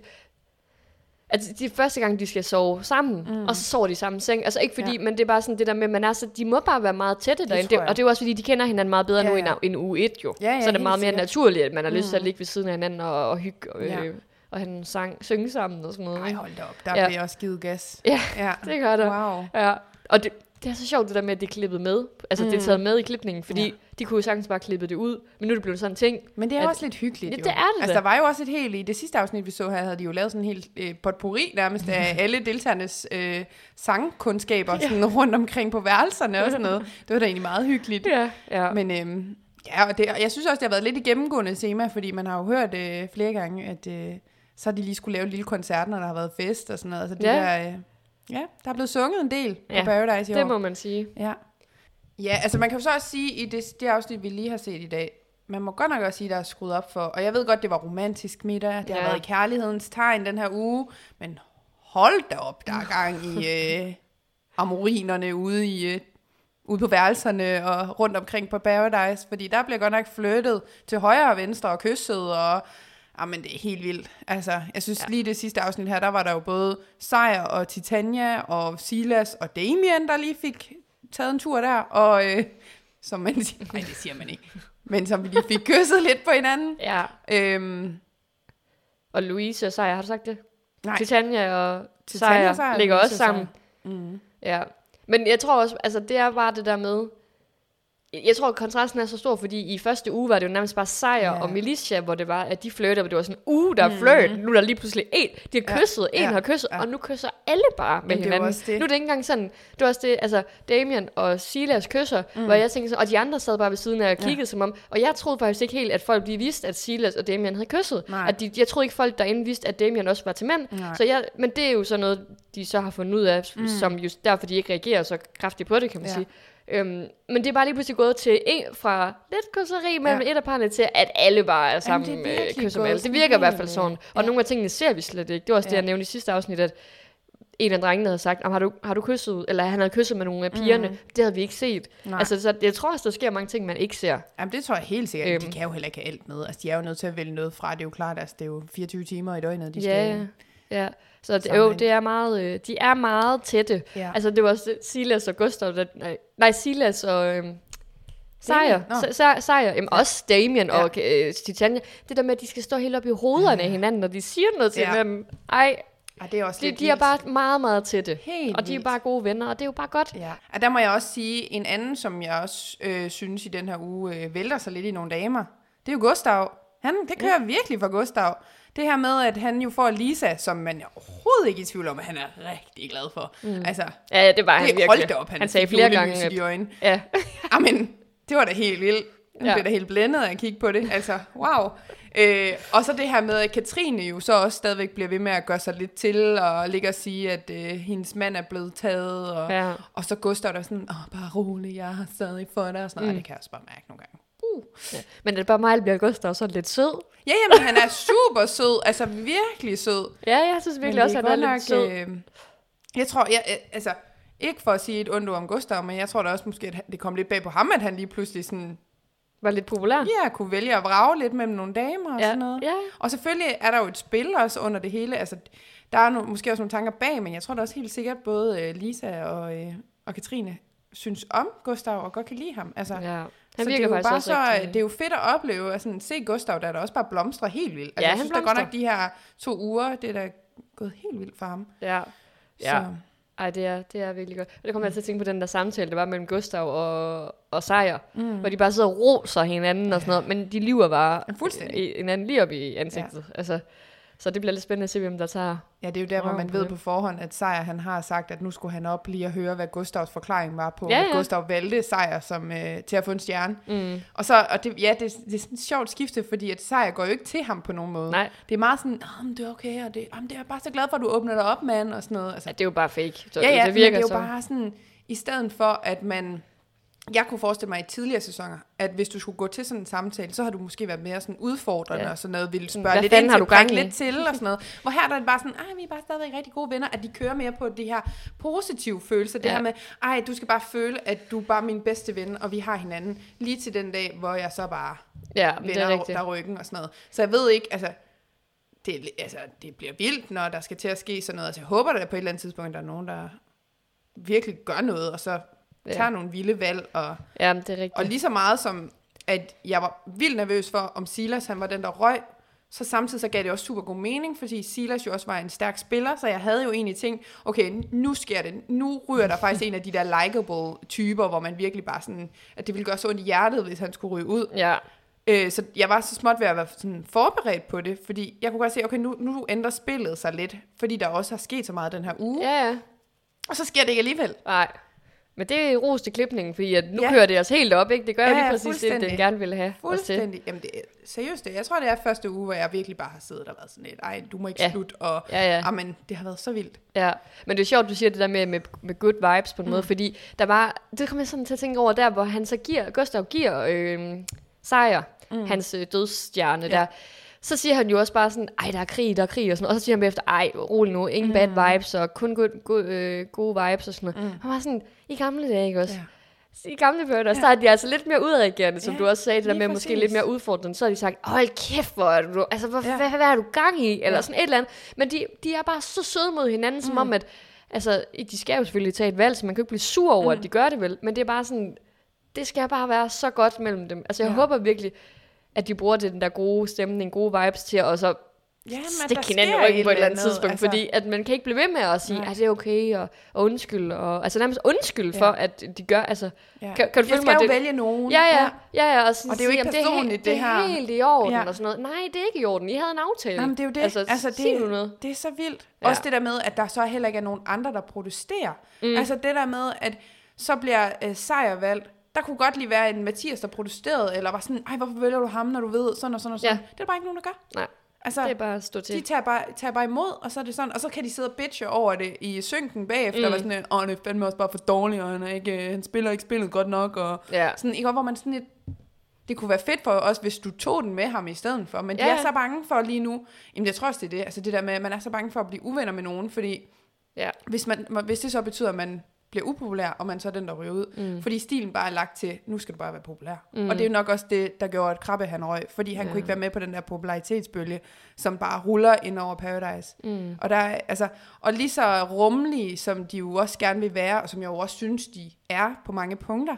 S2: at de er første gang, de skal sove sammen, mm. og så sover de i samme seng. Altså ikke fordi, ja.
S3: Ja.
S2: men det er bare sådan det der med, at man er så, de må bare være meget tætte derinde.
S3: tror
S2: Det,
S3: jeg.
S2: og det er jo også fordi, de kender hinanden meget bedre ja,
S3: Ja,
S2: nu
S3: ja.
S2: end, end uge 1 jo.
S3: Ja, ja,
S2: så er det
S3: helt
S2: meget mere
S3: sikkert.
S2: naturligt, at man har lyst til at ligge ved siden af hinanden og, og hygge og,
S3: Ja.
S2: øh, og have en sang, synge sammen og sådan noget.
S3: Ej,
S2: ikke?
S3: hold da op. Der
S2: Ja.
S3: Mm. ja. bliver også givet gas.
S2: Ja,
S3: ja.
S2: det gør der.
S3: Wow.
S2: Ja, og det, det er så sjovt det der med, at det er klippet med. Altså mm. det er taget med i klipningen, fordi ja. de kunne jo sagtens bare klippe det ud, men nu er det blevet sådan en ting.
S3: Men det er
S2: At-
S3: at, også lidt hyggeligt,
S2: Ja,
S3: jo.
S2: det er det
S3: Altså,
S2: da.
S3: der var jo også et helt... I det sidste afsnit, vi så her, havde de jo lavet sådan en helt øh, potpourri nærmest af alle deltagernes øh, sangkundskaber ja. sådan rundt omkring på værelserne og sådan noget. Det var da egentlig meget hyggeligt.
S2: Ja, ja. Men,
S3: Men øhm, ja, og det, og jeg synes også, det har været lidt et gennemgående tema, fordi man har jo hørt øh, flere gange, at øh, så har de lige skulle lave en lille koncert, når der har været fest og sådan noget. Så det
S2: Ja.
S3: ja. der, øh, ja, der er blevet sunget en del
S2: Ja,
S3: på Paradise i år.
S2: det må man sige.
S3: Ja. Ja, altså man kan jo så også sige, i det, det afsnit, vi lige har set i dag, man må godt nok også sige, der er skruet op for, og jeg ved godt, det var romantisk middag, det ja.
S2: Ja.
S3: har været i kærlighedens tegn den her uge, men hold da op, der er gang i øh, amorinerne ude i øh, ude på værelserne og rundt omkring på Paradise, fordi der bliver godt nok flyttet til højre og venstre og kysset, og jamen, Ah, det er helt vildt. Altså, jeg synes ja. lige det sidste afsnit her, der var der jo både Sejr og Titania og Silas og Damien, der lige fik taget en tur der, og øh, som man siger, nej, det siger man ikke, men som vi lige fik kysset lidt på hinanden.
S2: Ja.
S3: Øhm,
S2: Og Louise og Sejer, har du sagt det?
S3: nej,
S2: Titania og
S3: Titania og
S2: Sejer,
S3: Sejer,
S2: ligger
S3: Louise
S2: også
S3: og
S2: sammen.
S3: mm,
S2: Ja. Men jeg tror også, altså det er bare det der med, jeg tror, at kontrasten er så stor, fordi i første uge var det jo nærmest bare sejr
S3: Ja. Mm.
S2: og militia, hvor det var, at de flirtede, hvor det var sådan, uh, der er flirt, nu er der lige pludselig en, de har
S3: Ja,
S2: kysset, en
S3: ja,
S2: har kysset,
S3: ja.
S2: og nu kysser alle bare med
S3: Men det er jo
S2: hinanden.
S3: også det.
S2: Nu er det ikke engang sådan, det var også det, altså Damien og Silas kysser, mm. hvor jeg tænkte sådan, og de andre sad bare ved siden af og kiggede som om, og jeg troede faktisk ikke helt, at folk lige vidste, at Silas og Damien havde kysset.
S3: Nej.
S2: At de, jeg troede ikke, folk derinde vidste, at Damien også var til mænd.
S3: Nej.
S2: Så jeg, men det er jo så noget, de så har fundet ud af, mm. som just derfor de ikke reagerer så kraftigt på det, kan man
S3: Ja.
S2: ja. sige. Øhm, men det er bare lige pludselig gået til en fra lidt kysseri mellem
S3: Ja.
S2: ja. et af parrene til, at alle bare er sammen
S3: det er
S2: med
S3: virkelig
S2: kysser med
S3: gået
S2: alle. Det
S3: sådan
S2: virker i hvert fald
S3: helt,
S2: sådan. Og nogle af tingene ser vi slet ikke. Det var også ja. det,
S3: Ja.
S2: jeg nævnte i sidste afsnit, at en af drengene havde sagt, "Jamen, har du, har du kysset, eller han havde kysset med nogle af pigerne. Mm. Det havde vi ikke set.
S3: Nej.
S2: Altså, så jeg tror også, der sker mange ting, man ikke ser.
S3: Jamen, det tror jeg helt sikkert. Øhm.
S2: Øhm.
S3: De kan jo heller ikke have alt med. Altså, de er jo nødt til at vælge noget fra. Det er jo klart, altså, det er jo 24 timer i døgnet, de
S2: Ja,
S3: skal...
S2: ja. Så det, jo,
S3: sammenhæng.
S2: det er meget, øh, de er meget tætte.
S3: Ja.
S2: Altså, det var også det, Silas og Gustav, der, nej, nej, Silas og øhm, Sejr,
S3: Damien, nå.
S2: Se- Se- Sejr, jamen også Damien
S3: Ja.
S2: og øh, Titania. Det der med, at de skal stå helt op i hovederne af hinanden, når de siger noget til
S3: Ja.
S2: hinanden. Ej,
S3: Ej, det er også
S2: de,
S3: lidt
S2: de er
S3: vildt.
S2: bare meget, meget tætte.
S3: Helt
S2: og de er
S3: vildt.
S2: bare gode venner, og det er jo bare godt.
S3: Ja, og der må jeg også sige, en anden, som jeg også øh, synes i den her uge øh, vælter sig lidt i nogle damer, det er jo Gustav. Han, det kører virkelig for Gustav. Det her med, at han jo får Lisa, som man er overhovedet ikke i tvivl om, at han er rigtig glad for. Mm. Altså,
S2: Ja, ja det var han
S3: det
S2: virkelig.
S3: holdt da op, han,
S2: han sagde
S3: fik
S2: flere
S3: julelys
S2: gange,
S3: i
S2: at,
S3: de øjne.
S2: ja,
S3: Amen, det var da helt vildt. Jeg
S2: Ja.
S3: blev da helt blændet af at kigge på det. Altså, wow. Øh, og så det her med, at Katrine jo så også stadigvæk bliver ved med at gøre sig lidt til, og ligge og sige, at øh, hendes mand er blevet taget, og,
S2: Ja.
S3: og så Gustav der sådan, åh, bare rolig, jeg har stadig for dig, og sådan noget. Mm. Det kan jeg også bare mærke nogle gange. Uh.
S2: ja. Men det er bare mig, der bliver Gustav sådan lidt sød.
S3: Ja, jamen, han er super sød, altså virkelig sød.
S2: Ja, jeg synes virkelig
S3: Men
S2: også,
S3: det
S2: at
S3: er
S2: han er
S3: godt
S2: lidt sød.
S3: nok, øh, Jeg tror, jeg, øh, altså, ikke for at sige et ondt ord om Gustav, men jeg tror da også måske, at han- det kom lidt bag på ham, at han lige pludselig sådan
S2: Var lidt populær.
S3: ja, kunne vælge at vrage lidt mellem nogle damer og
S2: Ja,
S3: sådan noget.
S2: ja.
S3: Og selvfølgelig er der jo et spil også under det hele. Altså, der er no, måske også nogle tanker bag, men jeg tror da også helt sikkert, både øh, Lisa og, øh, og Katrine synes om Gustav og godt kan lide ham. Altså,
S2: Ja.
S3: så
S2: Han
S3: det er
S2: virker
S3: jo
S2: faktisk
S3: bare
S2: også
S3: så, øh,
S2: rigtig...
S3: Det er jo fedt at opleve, at sådan, se Gustav, der er da også bare blomstrer helt vildt. Altså,
S2: Ja,
S3: jeg
S2: han
S3: synes da godt
S2: blomstrer.
S3: nok, de her to uger, det er da gået helt vildt for ham.
S2: Ja. Ja.
S3: Så,
S2: Ej, det er, det er virkelig godt. Og det kommer jeg til at tænke på den der samtale, der var mellem Gustav og, og Sejer, mm. hvor de bare sidder og roser hinanden og sådan noget, men de liver bare
S3: Ja, fuldstændig.
S2: i- hinanden lige op i ansigtet. Ja. Altså, så det bliver lidt spændende at se, hvem der tager...
S3: ja, det er jo der, hvor
S2: Røven
S3: man
S2: på
S3: ved
S2: det.
S3: på forhånd, at Sejer han har sagt, at nu skulle han op lige og høre, hvad Gustavs forklaring var på,
S2: Ja,
S3: ja, ja.
S2: ja.
S3: Gustav valgte Sejer som, øh, til at få en stjerne.
S2: Mm.
S3: Og, så, og det, ja, det, det er sådan et sjovt skifte, fordi at Sejer går jo ikke til ham på nogen måde.
S2: Nej.
S3: Det er meget sådan, oh, det er okay, og det, oh, det er jeg bare så glad for, at du åbner dig op, mand, og sådan noget. Altså,
S2: Ja, det er jo bare fake. Så
S3: ja, ja,
S2: det
S3: men
S2: virker
S3: det er jo
S2: så.
S3: bare sådan, i stedet for at man, jeg kunne forestille mig i tidligere sæsoner, at hvis du skulle gå til sådan en samtale, så har du måske været mere sådan udfordrende
S2: Ja.
S3: ja. og sådan noget, ville
S2: hvad
S3: spørge lidt
S2: fanden
S3: ind
S2: har du
S3: til, prikke
S2: gang i?
S3: lidt til og sådan noget. Hvor her der er det bare sådan, ej, vi er bare stadigvæk rigtig gode venner, at de kører mere på det her positive følelse, det
S2: Ja.
S3: her med, ej, du skal bare føle, at du er bare min bedste ven, og vi har hinanden, lige til den dag, hvor jeg så bare
S2: Ja, men det er
S3: vender
S2: rigtigt.
S3: der ryggen og sådan noget. Så jeg ved ikke, altså det, er li- altså, det bliver vildt, når der skal til at ske sådan noget. Altså, jeg håber da på et eller andet tidspunkt, at der er nogen, der virkelig gør noget, og så
S2: Ja.
S3: tager nogle vilde valg. Og,
S2: Ja, men det er
S3: og
S2: rigtigt.
S3: lige så meget som, at jeg var vildt nervøs for, om Silas han var den, der røg, så samtidig så gav det også super god mening, fordi Silas jo også var en stærk spiller, så jeg havde jo egentlig tænkt, okay, nu sker det. Nu ryger der faktisk en af de der likable typer, hvor man virkelig bare sådan, at det ville gøre så ondt i hjertet, hvis han skulle ryge ud.
S2: Ja,
S3: Øh, så jeg var så småt ved at være sådan forberedt på det, fordi jeg kunne godt se, okay, nu, nu ændrer spillet sig lidt, fordi der også har sket så meget den her uge, ja.
S2: ja, ja.
S3: og så sker det ikke alligevel.
S2: Nej. Men det er ros til klipningen, fordi at nu
S3: Ja.
S2: ja. kører det os helt op, ikke? Det gør
S3: Ja,
S2: jo lige
S3: ja,
S2: præcis det,
S3: fuldstændig.
S2: den gerne ville have os til.
S3: Fuldstændig. Jamen, det, er- seriøst, det, jeg tror, det er første uge, hvor jeg virkelig bare har siddet og været sådan lidt, ej, du må ikke ja.
S2: Ja.
S3: slutte, og
S2: Ja, ja.
S3: Amen, det har været så vildt.
S2: Ja, men det er sjovt, du siger det der med, med, med good vibes på en mm. måde, fordi der var, det kom jeg sådan til at tænke over der, hvor han så giver, Gustav giver øh, sejr, mm. hans øh, dødsstjerne ja. der, så siger han jo også bare sådan, ej, der er krig, der er krig, og sådan noget. Og så siger han bagefter, ej, rolig nu, ingen mm. bad vibes, og kun good, good, øh, gode vibes og sådan noget. Mm. Han var sådan, i gamle dage, ikke også?
S3: Ja.
S2: Ja. I gamle bøger, ja. der er de altså lidt mere udreagerende, som
S3: Ja,
S2: ja, du også sagde, det der
S3: lige
S2: med måske
S3: præcis.
S2: lidt mere udfordrende. Så har de sagt, hold kæft, hvor er du, altså, hvor,
S3: Ja.
S2: ja. hvad, hvad er du gang i? Eller
S3: Ja.
S2: ja. sådan et eller andet. Men de, de er bare så søde mod hinanden, som mm. om, at altså, de skal jo selvfølgelig tage et valg, så man kan jo ikke blive sur over, mm. at de gør det vel, men det er bare sådan, det skal bare være så godt mellem dem. Altså, jeg ja. håber virkelig, at de bruger det, den der gode stemning, gode vibes til, og så
S3: Ja, men
S2: stikke hinanden i ryggen på et eller andet tidspunkt, altså, fordi at man kan ikke blive ved med at sige, at det er okay, og, og undskyld, og, altså nærmest undskyld ja. for, at de gør, altså,
S3: Ja.
S2: kan, kan du
S3: jeg
S2: følge
S3: skal
S2: mig?
S3: jo
S2: det-
S3: vælge nogen.
S2: Ja, ja, ja, ja og, sådan
S3: Og det er jo
S2: sige,
S3: ikke
S2: "Jamen, he-
S3: personligt, det
S2: det er
S3: her."
S2: helt i orden,
S3: Ja.
S2: ja. og sådan noget. Nej, det er ikke i orden, I havde en aftale.
S3: Jamen, det er jo det.
S2: Altså,
S3: altså det,
S2: sig nu noget.
S3: det er så vildt. Ja.
S2: Ja.
S3: Også det der med, at der så heller ikke er nogen andre, der protesterer. Mm. Altså det der med, at så bliver øh, sejr valgt. Der kunne godt lige være en Mathias, der protesterede, eller var sådan, ej, hvorfor vælger du ham, når du ved, sådan og sådan og sådan. Ja.
S2: Ja.
S3: Det er der bare ikke nogen, der gør.
S2: Nej,
S3: Altså,
S2: det er bare at stå til.
S3: de tager bare, tager bare imod, og så er det sådan, og så kan de sidde og bitche over det i synken bagefter, mm. og være sådan, åh, han er fandme også bare for dårlig, og han, er ikke, øh, han spiller ikke spillet godt nok, og
S2: Ja.
S3: sådan, ikke, Og hvor man sådan lidt, det kunne være fedt for os, hvis du tog den med ham i stedet for, men ja. de
S2: Ja.
S3: er så bange for lige nu, jamen jeg tror også, det er det, altså det der med, at man er så bange for at blive uvenner med nogen, fordi
S2: Ja.
S3: hvis, man, hvis det så betyder, at man bliver upopulær, og man så er den, der ryger ud. Mm. Fordi stilen bare er lagt til, nu skal du bare være populær. Mm. Og det er jo nok også det, der gjorde, at Krabbe han røg, fordi han ja. kunne ikke være med på den der popularitetsbølge, som bare ruller ind over Paradise. Mm. Og, der, er- altså, og lige så rummelige, som de jo også gerne vil være, og som jeg jo også synes, de er på mange punkter,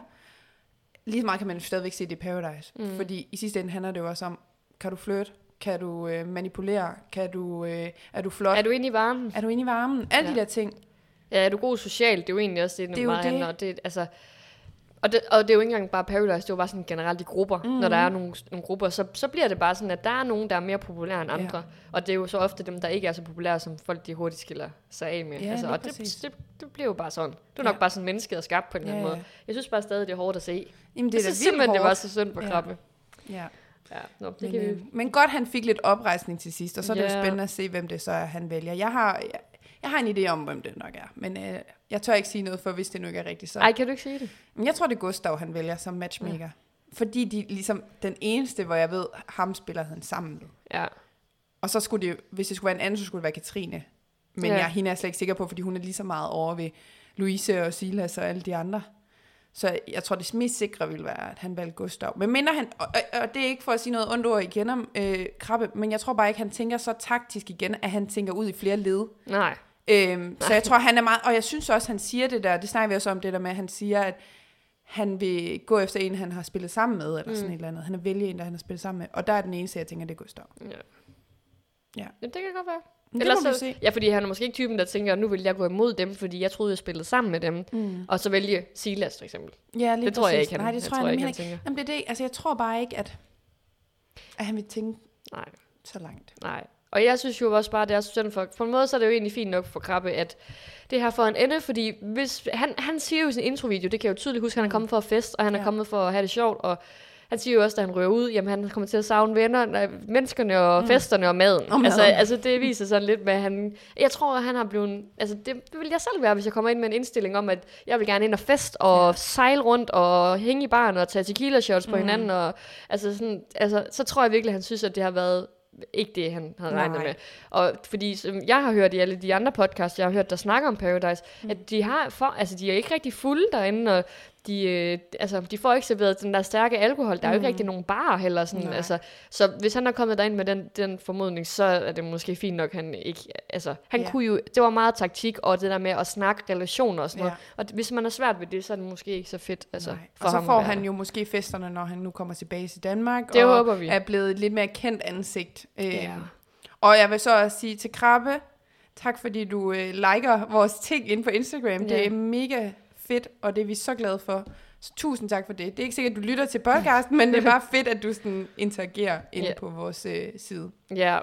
S3: lige så meget kan man jo stadigvæk se det i Paradise. Mm. Fordi i sidste ende handler det jo også om, kan du flirte? Kan du øh, manipulere? Kan du, øh, er du flot?
S2: Er du inde i varmen?
S3: Er du inde i varmen? Alle ja.
S2: Ja.
S3: de der ting.
S2: Ja, er du god socialt? Det er jo egentlig også det, den
S3: Det er
S2: det
S3: jo
S2: meget
S3: det.
S2: handler om. Det, er- altså, og, det, og det er jo ikke engang bare Paradise, det er jo bare sådan generelt i grupper.
S3: Mm-hmm.
S2: Mm. Når der er nogle, nogle grupper, så, så bliver det bare sådan, at der er nogen, der er mere populære end andre. Og det er jo så ofte dem, der ikke er så populære, som folk de hurtigt skiller sig af med. Altså,
S3: Ja, lige
S2: og
S3: præcis.
S2: det, det, det bliver jo bare sådan. Det er
S3: Ja.
S2: nok bare sådan, mennesket er skabt på en eller anden
S3: Ja, ja.
S2: måde. Jeg synes bare stadig, det er hårdt at se. Det
S3: Jamen, det
S2: jeg
S3: er da
S2: synes
S3: vildt
S2: simpelthen,
S3: hårdt.
S2: det var så synd på
S3: Ja.
S2: krabbe.
S3: Ja.
S2: Ja, nå, det
S3: Men,
S2: kan vi...
S3: øh, men godt, han fik lidt oprejsning til sidst, og så er det jo
S2: Ja.
S3: spændende at se, hvem det så er, han vælger. Jeg har, jeg, jeg har en idé om, hvem det nok er, men øh, jeg tør ikke sige noget, for hvis det nu ikke er rigtigt. Så.
S2: Ej, kan du ikke sige det?
S3: Men jeg tror, det er Gustav, han vælger som matchmaker. Ja. Fordi de ligesom den eneste, hvor jeg ved, ham spiller han sammen med.
S2: Ja.
S3: Og så skulle det, hvis det skulle være en anden, så skulle det være Katrine. Men ja.
S2: Ja.
S3: jeg, hende er jeg slet ikke sikker på, fordi hun er lige så meget over ved Louise og Silas og alle de andre. Så jeg tror, det mest sikre ville være, at han valgte Gustav. Men minder han, og, og- og det er ikke for at sige noget ondt ord igen om øh, Krabbe, men jeg tror bare ikke, han tænker så taktisk igen, at han tænker ud i flere led.
S2: Nej.
S3: Øhm, så jeg tror, han er meget... Og jeg synes også, han siger det der, det snakker vi også om, det der med, at han siger, at han vil gå efter en, han har spillet sammen med, eller mm. sådan et eller andet. Han vil vælge en, der han har spillet sammen med. Og der er den eneste, jeg tænker, det er Gustav.
S2: Ja.
S3: Ja.
S2: Jamen, det kan godt være.
S3: Men det
S2: Ellers
S3: må vi
S2: så-
S3: se.
S2: Ja, fordi han er måske ikke typen, der tænker, nu vil jeg gå imod dem, fordi jeg troede, jeg spillede sammen med dem. Mm. Og så vælge Silas, for eksempel.
S3: Ja, lige
S2: Det tror jeg ikke,
S3: præcis.
S2: han-
S3: Nej,
S2: jeg
S3: det tror jeg,
S2: tror
S3: jeg
S2: ikke,
S3: ikke,
S2: han
S3: ikke.
S2: tænker.
S3: Jamen, det er det. Altså, jeg tror bare ikke, at, at han vil tænke
S2: Nej,
S3: så langt.
S2: nej. Og jeg synes jo også bare, det er så synd for... På en måde, så er det jo egentlig fint nok for Krabbe, at det her får en ende, fordi hvis, han, han siger jo i sin introvideo, det kan jeg jo tydeligt huske, han er kommet for at fest, og han
S3: Mm. Ja.
S2: er kommet for at have det sjovt, og han siger jo også, da han rører ud, jamen han kommer til at savne venner, nej, menneskerne og mm. festerne og maden.
S3: Og
S2: Altså,
S3: maden.
S2: altså det viser sådan lidt med, at han... Jeg tror, at han har blevet... Altså det vil jeg selv være, hvis jeg kommer ind med en indstilling om, at jeg vil gerne ind og fest og ja. sejle rundt og hænge i baren og tage tequila shots
S3: Mhm.
S2: på hinanden. Og, altså, sådan, altså, så tror jeg virkelig, at han synes, at det har været ikke det, han havde
S3: Nej.
S2: regnet med. Og fordi som jeg har hørt i alle de andre podcasts, jeg har hørt, der snakker om Paradise,
S3: Mhm.
S2: mm. at de har for, altså de er ikke rigtig fulde derinde, og de, øh, altså, de får ikke serveret den der stærke alkohol. Der er jo ikke rigtig nogen bar heller. Sådan,
S3: Mhm. Nej.
S2: altså, så hvis han er kommet derind med den, den formodning, så er det måske fint nok, han ikke... Altså, han
S3: Ja.
S2: kunne jo... Det var meget taktik, og det der med at snakke relationer og sådan noget. Og hvis man er svært ved det, så er det måske ikke så fedt altså,
S3: Nej.
S2: for
S3: Og så
S2: ham at
S3: får
S2: være
S3: han
S2: der.
S3: jo måske festerne, når han nu kommer tilbage til Danmark.
S2: Det
S3: og
S2: håber vi.
S3: er blevet et lidt mere kendt ansigt. Øh,
S2: Ja.
S3: Og jeg vil så også sige til Krabbe, tak fordi du øh, liker vores ting inde på Instagram. Det
S2: Ja.
S3: er mega fedt, og det er vi så glade for. Så tusind tak for det. Det er ikke sikkert, at du lytter til podcasten, men det er bare fedt, at du sådan interagerer inde
S2: Ja.
S3: på vores øh, side.
S2: Ja.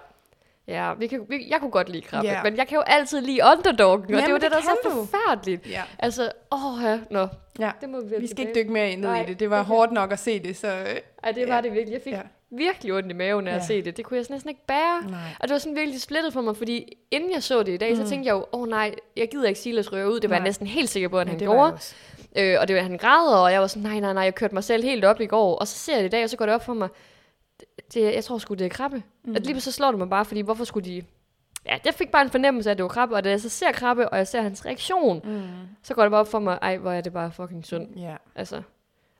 S2: Ja, vi kan, vi, jeg kunne godt lide krabbe,
S3: Ja.
S2: yeah. men jeg kan jo altid lide underdoggen, og det er
S3: Jamen,
S2: jo
S3: det
S2: det, der er så
S3: kan du.
S2: forfærdeligt.
S3: Ja.
S2: Altså, åh ja, nå,
S3: ja.
S2: det må vi vende
S3: Vi skal ikke
S2: tilbage.
S3: dykke mere ned
S2: Nej,
S3: i det. Det var
S2: det kan-
S3: hårdt nok at se det, så... øh,
S2: Ej, det var
S3: Ja.
S2: det virkelig. Jeg fik
S3: Ja.
S2: ja. virkelig ondt i maven af ja.
S3: Ja.
S2: at se det. Det kunne jeg næsten ikke bære.
S3: Nej.
S2: Og det var sådan virkelig splittet for mig, fordi inden jeg så det i dag, mm. så tænkte jeg jo, åh oh, nej, jeg gider ikke Silas røre ud. Det var
S3: Nej.
S2: jeg næsten helt sikker på, at
S3: Ja,
S2: han
S3: det var jeg
S2: gjorde.
S3: også.
S2: Øh, og det var, han græder, og jeg var sådan, nej, nej, nej, jeg kørte mig selv helt op i går. Og så ser jeg det i dag, og så går det op for mig, det, det, jeg tror sgu, det er krabbe. Mm. Og lige pludselig så slår det mig bare, fordi hvorfor skulle de... Ja, jeg fik bare en fornemmelse af, at det var krabbe, og da jeg så ser krabbe, og jeg ser hans reaktion, mm. så går det bare op for mig, ej, hvor er det bare fucking synd.
S3: Ja.
S2: Altså,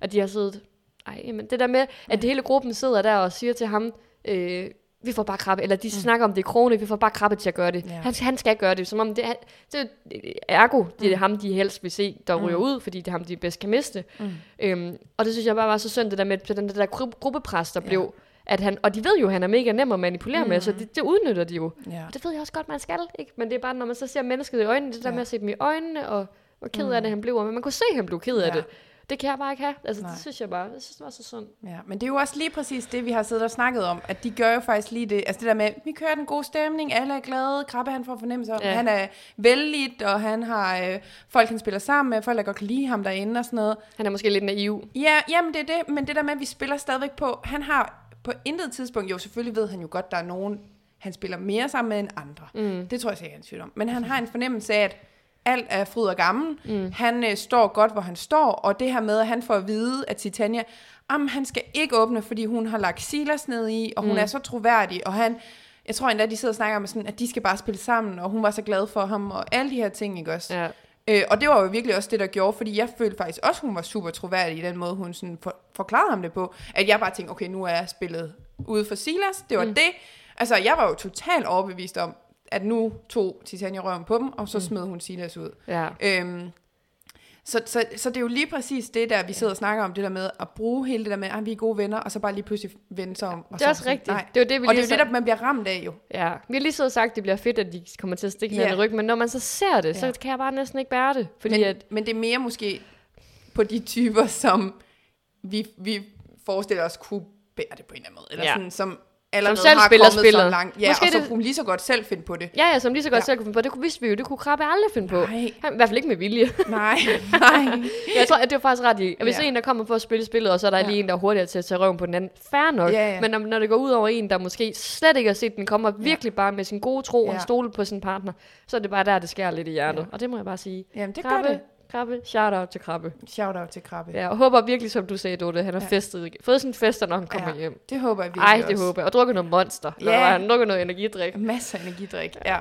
S2: at de har siddet... Ej, men det der med, at det hele gruppen sidder der og siger til ham, øh, vi får bare krabbe, eller de snakker om det i krone, vi får bare krabbe til at gøre det.
S3: Mm. Ja.
S2: Han, han skal gøre det, som om det er, det er ergo, det er ham, de helst vil se, der ryger ud, fordi det er ham, de bedst kan miste.
S3: Mm.
S2: Øhm, og det synes jeg bare var så synd, det der med til den der gru- gruppepres, der blev, at han, og de ved jo, at han er mega nem at manipulere mm. med, så det, det udnytter de jo.
S3: Ja.
S2: Og det ved jeg også godt, man skal, ikke? Men det er bare, når man så ser mennesket i øjnene, det der
S3: Ja. Mm.
S2: ja. med at se dem i øjnene, og hvor ked af det han blev, og- men man kunne se, at han blev ked af
S3: Ja.
S2: ja. det. Det kan jeg bare ikke have. Altså,
S3: Nej.
S2: det synes jeg bare, jeg synes, det var så sundt.
S3: Ja, men det er jo også lige præcis det, vi har siddet og snakket om, at de gør jo faktisk lige det, altså det der med, vi kører den gode stemning, alle er glade, Krabbe han får fornemmelser, ja.
S2: Ja.
S3: han er vældigt, og han har øh, folk, han spiller sammen med, folk, der godt kan lide ham derinde og sådan noget.
S2: Han er måske lidt naiv.
S3: Ja, jamen det er det, men det der med, at vi spiller stadigvæk på, han har på intet tidspunkt, jo selvfølgelig ved han jo godt, der er nogen, han spiller mere sammen med end andre. Mm. Det tror jeg sikkert, han er i tvivl om. Men han har en fornemmelse af, at alt er fryd og gammel. Mm. Han øh, står godt, hvor han står, og det her med, at han får at vide af Titania, om han skal ikke åbne, fordi hun har lagt Silas ned i, og hun mm. er så troværdig, og han, jeg tror endda, de sidder og snakker om sådan, at de skal bare spille sammen, og hun var så glad for ham, og alle de her ting, ikke også?
S2: Ja.
S3: Øh, og det var jo virkelig også det, der gjorde, fordi jeg følte faktisk også, hun var super troværdig i den måde, hun sådan for, forklarede ham det på. At jeg bare tænkte, okay, nu er jeg spillet ude for Silas, det var mm. det. Altså, jeg var jo totalt overbevist om, at nu tog Titania røven på dem, og så mm. smed hun Silas ud.
S2: Ja.
S3: Øhm, så, så, så det er jo lige præcis det der, vi sidder og snakker om, det der med at bruge hele det der med, at vi er gode venner, og så bare lige pludselig vende sig om. Og
S2: Det er
S3: så
S2: også
S3: sådan,
S2: rigtigt.
S3: Nej.
S2: Det er jo det, vi
S3: og det
S2: lige
S3: er jo
S2: så-
S3: det, der man bliver ramt af jo.
S2: Ja, vi har lige så sagt, at det bliver fedt, at de kommer til at stikke hinanden
S3: Ja.
S2: i ryggen, men når man så ser det, så
S3: Ja.
S2: kan jeg bare næsten ikke bære det. Fordi
S3: Men,
S2: at,
S3: men det er mere måske på de typer, som vi, vi forestiller os kunne bære det på en eller anden måde. Eller ja.
S2: Ja.
S3: sådan, som allerede som
S2: selv
S3: har
S2: spiller
S3: kommet spillet. så
S2: spillet.
S3: langt. Ja,
S2: Måske
S3: og så
S2: det-
S3: kunne lige så godt selv finde på det.
S2: ja, ja, som lige så godt
S3: Ja.
S2: ja. selv kunne finde på, det kunne, vidste vi jo, det kunne Krabbe aldrig finde på.
S3: Nej.
S2: Han, I hvert fald ikke med vilje.
S3: Nej, nej.
S2: jeg tror, at det er faktisk ret i. Hvis
S3: Ja.
S2: ja. en, der kommer for at spille spillet, og så er der
S3: Ja.
S2: ja. lige en, der er hurtigere til at tage røven på den anden, fair nok.
S3: Ja, ja.
S2: Men når, når det går ud over en, der måske slet ikke har set den komme, og virkelig bare med sin gode tro
S3: Ja.
S2: ja. og stole på sin partner, så er det bare der, det skærer lidt i hjertet. Ja. Og det må jeg bare sige.
S3: Jamen, det gør
S2: krabbe,
S3: det.
S2: Krabbe, shout out til Krabbe.
S3: Shout out til Krabbe.
S2: Ja, og håber virkelig, som du sagde, Dorte, han har
S3: Ja.
S2: ja. festet, fået sin fester, når han kommer ja. hjem.
S3: Det håber jeg virkelig
S2: Ej, det
S3: også.
S2: håber jeg. Og drukket noget monster. Nå,
S3: Ja.
S2: han drukket noget energidrik.
S3: Masser af energidrik. Ja.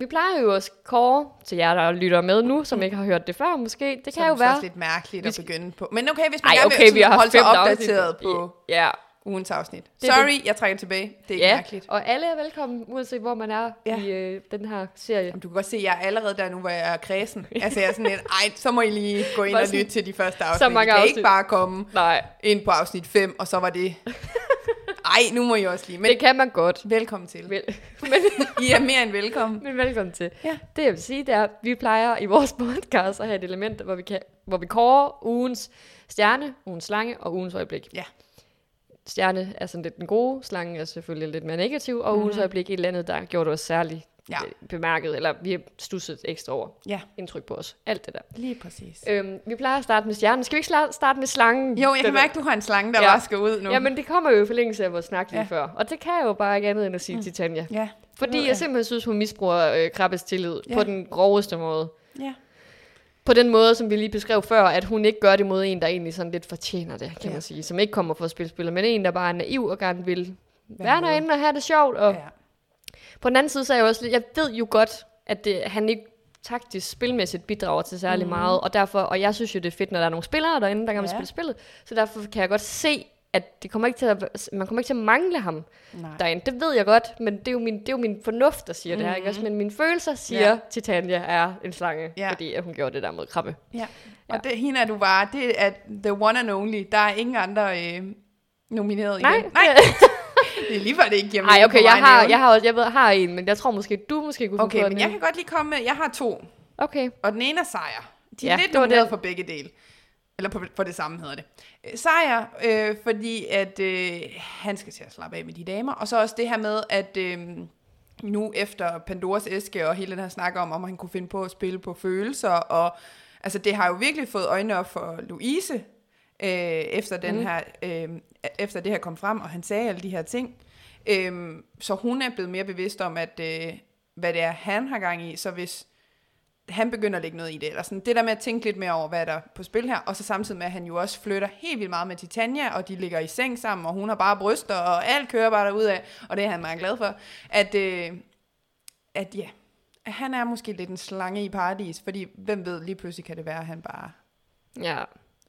S2: Vi plejer jo at kåre til jer, der lytter med nu,
S3: Mm.
S2: som ikke har hørt det før måske. Det kan
S3: Som
S2: jo være.
S3: også lidt mærkeligt
S2: Vi
S3: at
S2: skal-
S3: begynde på. Men okay, hvis man
S2: Ej,
S3: gerne
S2: okay,
S3: vil
S2: vi har
S3: sådan holde
S2: haft
S3: sig
S2: fem afsnit.
S3: opdateret på
S2: Ja,
S3: ugens afsnit.
S2: Det er
S3: Sorry, jeg trækker tilbage. Det er ikke
S2: ja.
S3: mærkeligt.
S2: og alle er velkommen, uanset hvor man er ja.
S3: Ja.
S2: i øh, den her serie.
S3: Jamen, Du kan godt se, at jeg er allerede der nu, hvor jeg er kredsen. Altså, jeg er sådan lidt, ej, så må I lige gå ind
S2: Bare
S3: og
S2: sådan-
S3: lytte til de første afsnit.
S2: Så mange
S3: I kan ikke
S2: afsnit.
S3: bare komme
S2: Nej,
S3: ind på afsnit 5, og så var det... Ej, nu må I også lige. Men
S2: det kan man godt.
S3: velkommen til.
S2: Vel, men,
S3: I er mere end velkommen.
S2: men velkommen til.
S3: Ja.
S2: Det jeg vil sige, det er, at vi plejer i vores podcast at have et element, hvor vi, kan, hvor vi kårer ugens stjerne, ugens slange og ugens øjeblik.
S3: Ja.
S2: Stjerne er sådan lidt den gode, slangen er selvfølgelig lidt mere negativ, og ugens øjeblik er et eller andet, der gjorde os særligt
S3: Mhm. Ja.
S2: øh, bemærket, eller vi har stusset ekstra over.
S3: Ja,
S2: Indtryk på os. Alt det der.
S3: lige præcis.
S2: Øhm, vi plejer at starte med stjernen. Skal vi ikke sla- starte med slangen?
S3: Jo, jeg kan
S2: Den-
S3: mærke, at du har en slange, der ja.
S2: Ja.
S3: bare skal ud nu.
S2: Ja, men det kommer jo i forlængelse af vores snak lige
S3: Ja.
S2: ja. før. Og det kan jeg jo bare ikke andet end at sige mm. Titania.
S3: ja.
S2: Fordi
S3: ved
S2: jeg.
S3: jeg.
S2: simpelthen synes, hun misbruger øh, Krabbes tillid
S3: Ja.
S2: ja. på den groveste måde.
S3: ja.
S2: På den måde, som vi lige beskrev før, at hun ikke gør det mod en, der egentlig sådan lidt fortjener det, kan
S3: Ja.
S2: ja. man sige. Som ikke kommer for at spille spiller, men en, der bare er naiv og gerne vil
S3: med.
S2: være derinde og have det sjovt. Og ja.
S3: ja.
S2: På den anden side, så er jeg også lidt, jeg ved jo godt, at det, han ikke taktisk spilmæssigt bidrager til særlig mm. meget, og derfor, og jeg synes jo, det er fedt, når der er nogle spillere derinde, der gerne vil
S3: Ja.
S2: spille spillet, så derfor kan jeg godt se, at det kommer ikke til at, man kommer ikke til at mangle ham
S3: Nej.
S2: derinde. Det ved jeg godt, men det er jo min, det er jo min fornuft, der siger mm. det her, ikke også? Men mine følelser siger,
S3: Mhm. Ja.
S2: ja. Titania er en slange,
S3: Ja.
S2: ja. fordi at hun gjorde det der mod krabbe.
S3: Ja. Og det, hende er du bare, det er the one and only. Der er ingen andre øh, nomineret i
S2: Nej.
S3: den. Nej, det er lige før, det ikke giver
S2: Nej,
S3: mening
S2: okay,
S3: for mig
S2: jeg
S3: at
S2: har,
S3: nævne.
S2: jeg har, også- jeg ved, jeg har en, men jeg tror måske, du måske kunne
S3: Okay,
S2: få
S3: men
S2: den.
S3: jeg kan godt lige komme med, jeg har to.
S2: Okay,
S3: Og den ene er sejr. De er ja,
S2: Ja,
S3: lidt
S2: det var
S3: nomineret
S2: den.
S3: for begge dele. Eller på, for det samme hedder det. Øh, Sejr, øh, fordi at øh, han skal til at slappe af med de damer. Og så også det her med, at øh, nu efter Pandoras æske og hele den her snak om, om han kunne finde på at spille på følelser. Og, altså det har jo virkelig fået øjnene op for Louise, øh, efter, den mm. her, øh, efter det her kom frem, og han sagde alle de her ting. Øh, så hun er blevet mere bevidst om, at øh, hvad det er, han har gang i. Så hvis han begynder at lægge noget i det, eller sådan det der med at tænke lidt mere over, hvad der er på spil her, og så samtidig med, at han jo også flytter helt vildt meget med Titania, og de ligger i seng sammen, og hun har bare bryster, og alt kører bare derudad, og det er han meget glad for, at, øh, at ja, at han er måske lidt en slange i paradis, fordi hvem ved, lige pludselig kan det være, at han bare
S2: ja.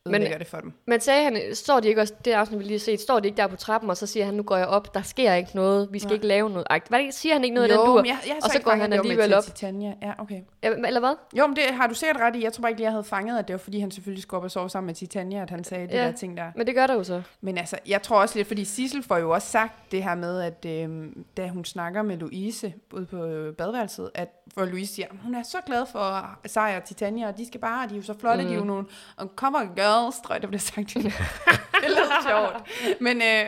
S3: ødelægger det for dem.
S2: Men sagde han, står de ikke også, det afsnit vi lige har set, står de ikke der på trappen, og så siger han, nu går jeg op, der sker ikke noget, vi skal
S3: Nej.
S2: ikke lave noget. Ej, Hvad er det, siger han ikke noget
S3: jo,
S2: af den dur?
S3: men jeg, jeg har
S2: og så
S3: ikke
S2: går
S3: fanget,
S2: han
S3: det var med
S2: alligevel op.
S3: Titania. Ja, okay.
S2: Ja, eller hvad?
S3: Jo, men det har du sikkert ret i. Jeg tror bare ikke lige, jeg havde fanget, at det var, fordi han selvfølgelig skulle op og sove sammen med Titania, at han sagde det
S2: Ja.
S3: der ting der.
S2: Men det gør der jo så.
S3: Men altså, jeg tror også lidt, fordi Sissel får jo også sagt det her med, at øh, da hun snakker med Louise ude på øh, badeværelset, at hvor Louise siger, hun er så glad for Sejr og Titania, og de skal bare, de er jo så flotte, mm. de er jo nogle og come on girls, tror jeg, det blev sagt. det er lidt sjovt. Men, øh,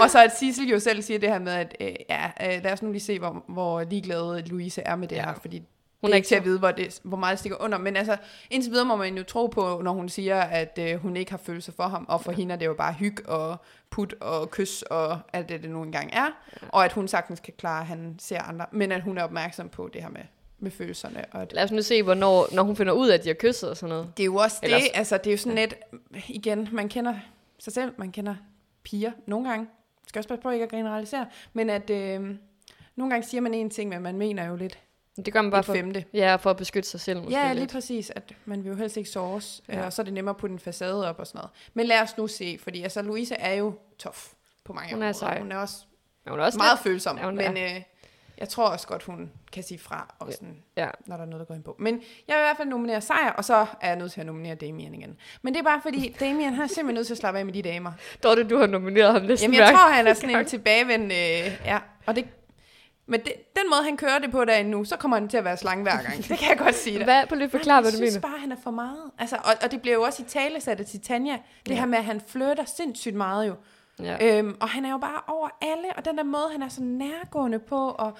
S3: og så at Sissel jo selv siger det her med, at øh, ja, øh, lad os nu lige se, hvor, hvor ligeglad Louise er med det ja. her, fordi hun er ikke til at vide, hvor, det, hvor meget det stikker under. Men altså, indtil videre må man jo tro på, når hun siger, at øh, hun ikke har følelser for ham, og for hende er det jo bare hyg og put og kys og alt det, det nu engang er. Og at hun sagtens kan klare, at han ser andre, men at hun er opmærksom på det her med, med følelserne. Og at,
S2: Lad os nu se, hvornår, når hun finder ud af, at de har kysset og sådan noget.
S3: det er jo også det,
S2: Ellers-
S3: altså det er jo sådan lidt, igen, man kender sig selv, man kender piger nogle gange. Skal også passe på ikke at generalisere, men at øh, nogle gange siger man en ting, men man mener jo lidt
S2: Men Det gør man bare
S3: et
S2: for,
S3: femte.
S2: ja, for at beskytte sig selv. Måske
S3: Ja, lige
S2: lidt.
S3: præcis, at man vil jo helst ikke såres,
S2: Ja.
S3: ja. og så er det nemmere at putte en facade op og sådan noget. Men lad os nu se, fordi altså Louise er jo tof på mange
S2: Hun er
S3: områder.
S2: sej.
S3: Hun er også
S2: Ja, hun er også
S3: meget
S2: lidt-
S3: følsom,
S2: Ja,
S3: ja,
S2: hun er.
S3: men øh, jeg tror også godt, hun kan sige fra, og sådan,
S2: Ja.
S3: når der er noget, der går ind på. Men jeg vil i hvert fald nominere Sejr, og så er jeg nødt til at nominere Damien igen. Men det er bare fordi, Damien han er simpelthen nødt til at slappe af med de damer.
S2: Dorte, du har nomineret ham næsten
S3: Jamen, jeg
S2: hver-
S3: tror, han er sådan en tilbagevendende... Øh, ja, og det, men det, den måde, han kører det på derinde nu, så kommer han til at være slange hver gang. Det kan jeg godt sige dig.
S2: Hvad, på lige forklare, hvad du
S3: Jeg
S2: mener.
S3: synes bare, han er for meget. Altså, og, og det bliver jo også i tale sat af Titania. Det ja. her med, at han flytter sindssygt meget jo.
S2: Ja.
S3: Ja. Øhm, og han er jo bare over alle. Og den der måde, han er så nærgående på og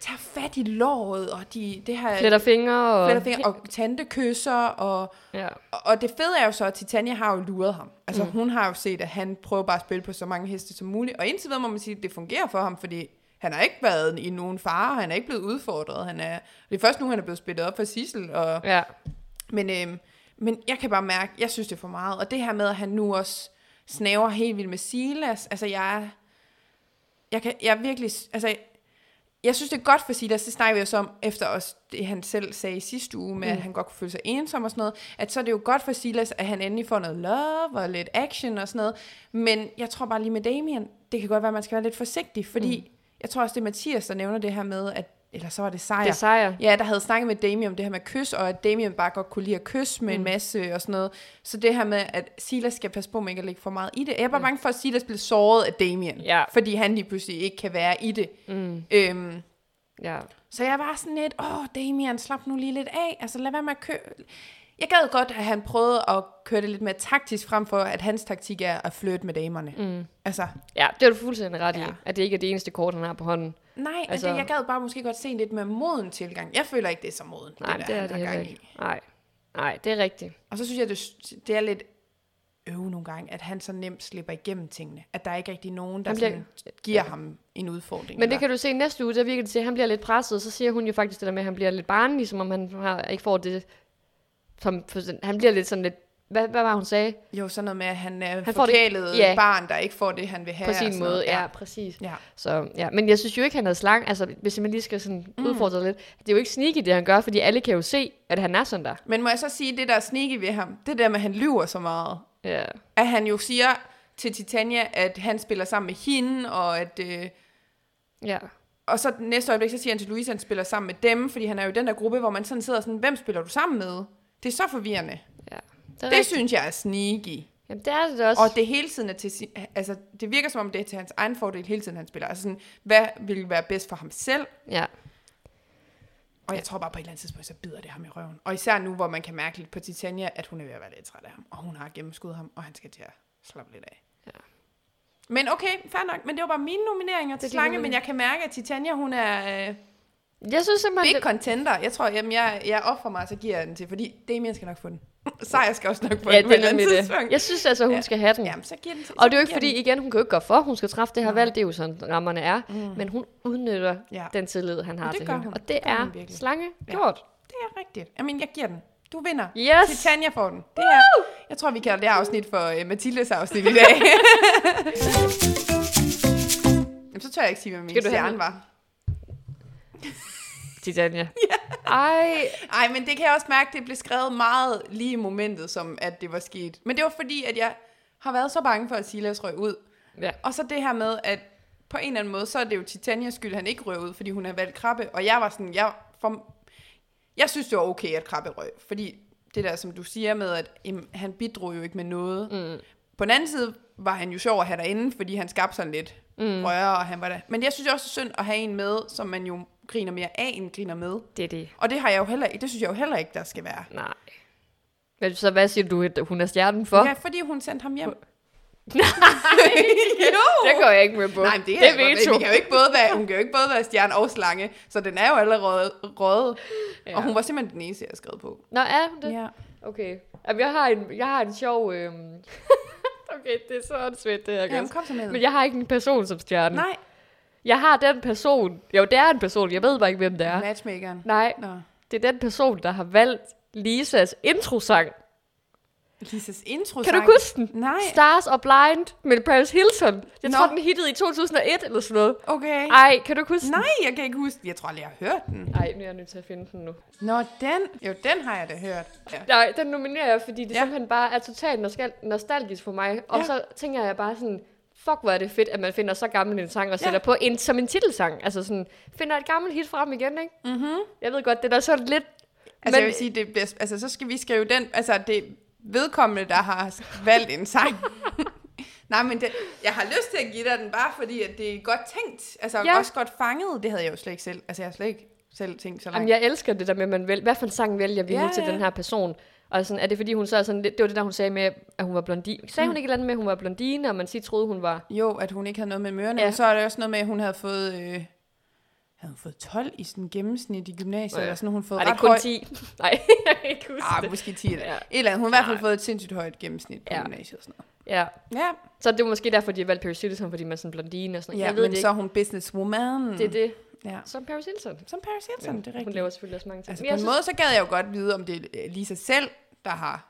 S3: tager fat i låret. Og de, det her...
S2: Fletter fingre og...
S3: fletter fingre, og tantekysser. Og,
S2: Ja.
S3: og- og det fede er jo så, at Titania har jo luret ham. Altså, mm. hun har jo set, at han prøver bare at spille på så mange heste som muligt. Og indtil videre må man sige, at det fungerer for ham, fordi han har ikke været i nogen fare, han er ikke blevet udfordret. Han er, det er først nu, han er blevet spillet op for Sissel, og
S2: ja.
S3: men, øhm, men jeg kan bare mærke, jeg synes det er for meget. Og det her med, at han nu også snaver helt vildt med Silas. Altså jeg er, jeg, kan, jeg er virkelig, altså jeg, jeg synes det er godt for Silas, det snakker vi også om, efter også det han selv sagde i sidste uge, med mm. at han godt kunne føle sig ensom og sådan noget, at så er det jo godt for Silas, at han endelig får noget love og lidt action og sådan noget. Men jeg tror bare lige med Damien, det kan godt være, at man skal være lidt forsigtig, fordi mm. jeg tror også, det er Mathias, der nævner det her med, at eller så var det sejr.
S2: Det er sejr.
S3: Ja, der havde snakket med Damien om det her med kys, og at Damien bare godt kunne lide at kysse med mm. en masse og sådan noget. Så det her med, at Silas skal passe på med ikke at lægge for meget i det. Jeg er bare bange for, at Silas bliver såret af Damien,
S2: Mm. Ja.
S3: fordi han lige pludselig ikke kan være i det. Mm. Øhm,
S2: Ja.
S3: så jeg var sådan lidt, åh Damien, slap nu lige lidt af, altså lad være med at køre. Jeg gad godt, at han prøvede at køre det lidt mere taktisk, frem for at hans taktik er at flytte med damerne. Mm. Altså,
S2: ja, det er du fuldstændig ret ja. i,
S3: Ja.
S2: at det ikke er det eneste kort, han har på hånden.
S3: nej, altså,
S2: Altså-
S3: det, jeg gad bare måske godt se en lidt mere moden tilgang. Jeg føler ikke, det er så moden,
S2: Nej, det,
S3: der,
S2: det er
S3: han
S2: det
S3: har
S2: heller
S3: gang i.
S2: ikke. Nej. Nej, det er rigtigt.
S3: Og så synes jeg, det, det er lidt øve nogle gange, at han så nemt slipper igennem tingene. At der er ikke rigtig nogen, der
S2: Han bliver-
S3: sådan, giver ham en udfordring.
S2: Men det
S3: eller-
S2: kan du se næste uge, der virker det til, at han bliver lidt presset, så siger hun jo faktisk det der med, at han bliver lidt barnlig, som om han har, ikke får det, som, han bliver lidt sådan lidt, hvad, hvad var hun sagde?
S3: Jo, sådan noget med, at han er
S2: Han
S3: han
S2: får det-
S3: forkælet
S2: ja.
S3: ja. barn, der ikke får det, han vil have.
S2: på
S3: og sådan
S2: sin måde,
S3: noget.
S2: ja, præcis.
S3: ja.
S2: Så, ja. Men jeg synes jo ikke, han er slang. Altså, hvis man lige skal sådan mm. udfordre det lidt. Det er jo ikke sneaky, det han gør, fordi alle kan jo se, at han er sådan der.
S3: Men må jeg så sige, det der er sneaky ved ham, det der med, at han lyver så meget.
S2: Ja.
S3: At han jo siger til Titania, at han spiller sammen med hende, og at... Øh,
S2: ja.
S3: og så næste øjeblik, så siger han til Louise, at han spiller sammen med dem, fordi han er jo i den der gruppe, hvor man sådan sidder sådan, hvem spiller du sammen med? Det er så forvirrende.
S2: ja.
S3: Det,
S2: rigtigt.
S3: det synes jeg er sneaky.
S2: Jamen, det er det også.
S3: Og det hele tiden er til sin, altså det virker som om det er til hans egen fordel hele tiden han spiller. Altså sådan, hvad vil være bedst for ham selv?
S2: Ja.
S3: Og jeg tror bare på et eller andet tidspunkt så bider det ham i røven. Og især nu hvor man kan mærke lidt på Titania at hun er ved at være lidt træt af ham, og hun har gennemskuddet ham, og han skal til at slappe lidt af.
S2: Ja.
S3: Men okay, fair nok. Men det var bare mine nomineringer til
S2: dine
S3: Slange, men
S2: nomineringer.
S3: jeg kan mærke, at Titania, hun er øh,
S2: Jeg synes simpelthen...
S3: big
S2: Det,
S3: contender. Jeg tror, jamen, jeg, jeg offrer mig, og så giver jeg den til, fordi Damien skal nok få den. Sejr skal også nok få
S2: ja,
S3: den på et
S2: det er
S3: eller
S2: nemlig
S3: andet
S2: det.
S3: tidspunkt.
S2: Jeg synes altså, hun ja. skal have den.
S3: Jamen, så giver den til,
S2: Og det er jo
S3: så
S2: ikke
S3: giver
S2: fordi, igen, hun kan jo ikke gøre for, hun skal træffe det her valg, det er jo sådan, rammerne er. Mm. Men hun udnytter ja.
S3: Ja.
S2: den tillid, han har
S3: det
S2: til
S3: gør
S2: hende.
S3: hun.
S2: Og det
S3: Det gør
S2: er
S3: hun virkelig.
S2: slange
S3: Ja.
S2: gjort.
S3: Det er rigtigt. Jamen, jeg giver den. Du vinder.
S2: Yes!
S3: Titania får den. Det er, jeg tror, vi kalder det her afsnit for uh, Mathildes afsnit i dag. Jamen, så tør jeg ikke sige, hvad min
S2: Skal du have
S3: stjerne var.
S2: Titania. Ej,
S3: Ej, men det kan jeg også mærke, det blev skrevet meget lige i momentet, som at det var sket. Men det var fordi, at jeg har været så bange for, at Silas røg ud.
S2: Ja.
S3: Og så det her med, at på en eller anden måde, så er det jo Titanias skyld, at han ikke røg ud, fordi hun har valgt krabbe. Og jeg var sådan, jeg, for, jeg synes, det var okay, at krabbe røg. Fordi det der, som du siger med, at jamen, han bidrog jo ikke med noget. Mm. På den anden side var han jo sjov at have derinde, fordi han skabte sådan lidt mm. røre, og han var der. Men jeg synes også, det er synd at have en med, som man jo griner mere af, end griner med.
S2: det er det.
S3: Og det har jeg jo heller ikke, det synes jeg jo heller ikke, der skal være.
S2: Nej. Men så hvad siger du, at hun er stjernen for?
S3: Ja, fordi hun sendte ham hjem.
S2: Det går jeg ikke med på.
S3: Nej, men det,
S2: det
S3: er altså det
S2: veto.
S3: vi kan jo ikke både være, hun kan jo ikke både være stjerne og slange, så den er jo allerede rød. Ja. Og hun var simpelthen den eneste, jeg skrev på.
S2: Nå, er hun det?
S3: Ja.
S2: Okay. Jamen, jeg har en, jeg har en sjov... Øhm... okay, det er så svært det her.
S3: Jamen,
S2: Jamen,
S3: kom så med.
S2: men jeg har ikke en person som stjerne.
S3: Nej,
S2: Jeg har den person. Jo, det er en person. Jeg ved bare ikke, hvem det er.
S3: matchmakeren.
S2: Nej,
S3: Nå.
S2: det er den person, der har valgt Lisas introsang.
S3: Lisas intro
S2: Kan du huske den?
S3: Nej.
S2: Stars og Blind med Paris Hilton. Jeg
S3: Nå.
S2: tror, den hittede i 2001 eller sådan noget.
S3: Okay.
S2: Ej, kan du ikke huske den?
S3: Nej, jeg kan ikke huske den. Jeg tror aldrig, jeg har hørt den.
S2: Nej, nu er jeg nødt til at finde den nu.
S3: Nå, den. Jo, den har jeg da hørt. Ja.
S2: Nej, den nominerer jeg, fordi det ja.
S3: Ja.
S2: simpelthen bare er totalt nostal- nostalgisk for mig. Og ja.
S3: Ja.
S2: så tænker jeg bare sådan, fuck hvor er det fedt, at man finder så gammel en sang og
S3: Ja.
S2: sætter på en, som en titelsang. Altså sådan, finder et gammelt hit frem igen, ikke? Mm-hmm. Jeg ved godt, det er da sådan lidt...
S3: Altså, men, jeg vil sige, det bliver, altså, så skal vi skrive den, altså, det er vedkommende, der har valgt en sang. Nej, men det, jeg har lyst til at give dig den, bare fordi, at det er godt tænkt. Altså,
S2: Ja.
S3: ja. også godt fanget. Det havde jeg jo slet ikke selv. Altså, jeg har slet ikke selv tænkt så langt.
S2: Jamen, jeg elsker det der med, at man vælger, hvad for en sang vælger vi ja,
S3: Ja,
S2: nu til
S3: ja.
S2: den her person? Og sådan, er det fordi hun så er sådan, lidt- det var det der hun sagde med, at hun var blondine. Sagde
S3: Mm.
S2: hun ikke et eller andet med, at hun var blondine, og man siger, troede hun var...
S3: Jo, at hun ikke havde noget med mørene,
S2: Ja.
S3: ja. men så er der også noget med, at hun havde fået... Øh, havde hun fået 12 i sådan gennemsnit i gymnasiet,
S2: Ja.
S3: ja. eller sådan, hun havde fået
S2: Nej, det er
S3: ret
S2: kun
S3: høj...
S2: 10. Nej, jeg kan ikke huske
S3: Ah,
S2: det.
S3: måske 10 eller
S2: Ja.
S3: ja. et eller andet. Hun har i hvert fald fået et sindssygt højt gennemsnit på
S2: Ja.
S3: ja. gymnasiet og sådan noget.
S2: Ja.
S3: Ja,
S2: Så det er måske derfor, de har valgt Paris Hilton, fordi man er sådan blondine og sådan noget.
S3: ja
S2: jeg ved
S3: men
S2: det
S3: så er hun businesswoman.
S2: ikke. Det er det.
S3: Ja.
S2: Som Paris Hilton.
S3: Som Paris Hilton, ja. Hmm. det er rigtigt.
S2: Hun laver selvfølgelig også mange ting.
S3: Altså,
S2: Altså,
S3: på en
S2: jeg synes, måde...
S3: måde, så gad jeg jo godt vide, om det er Lisa selv, der har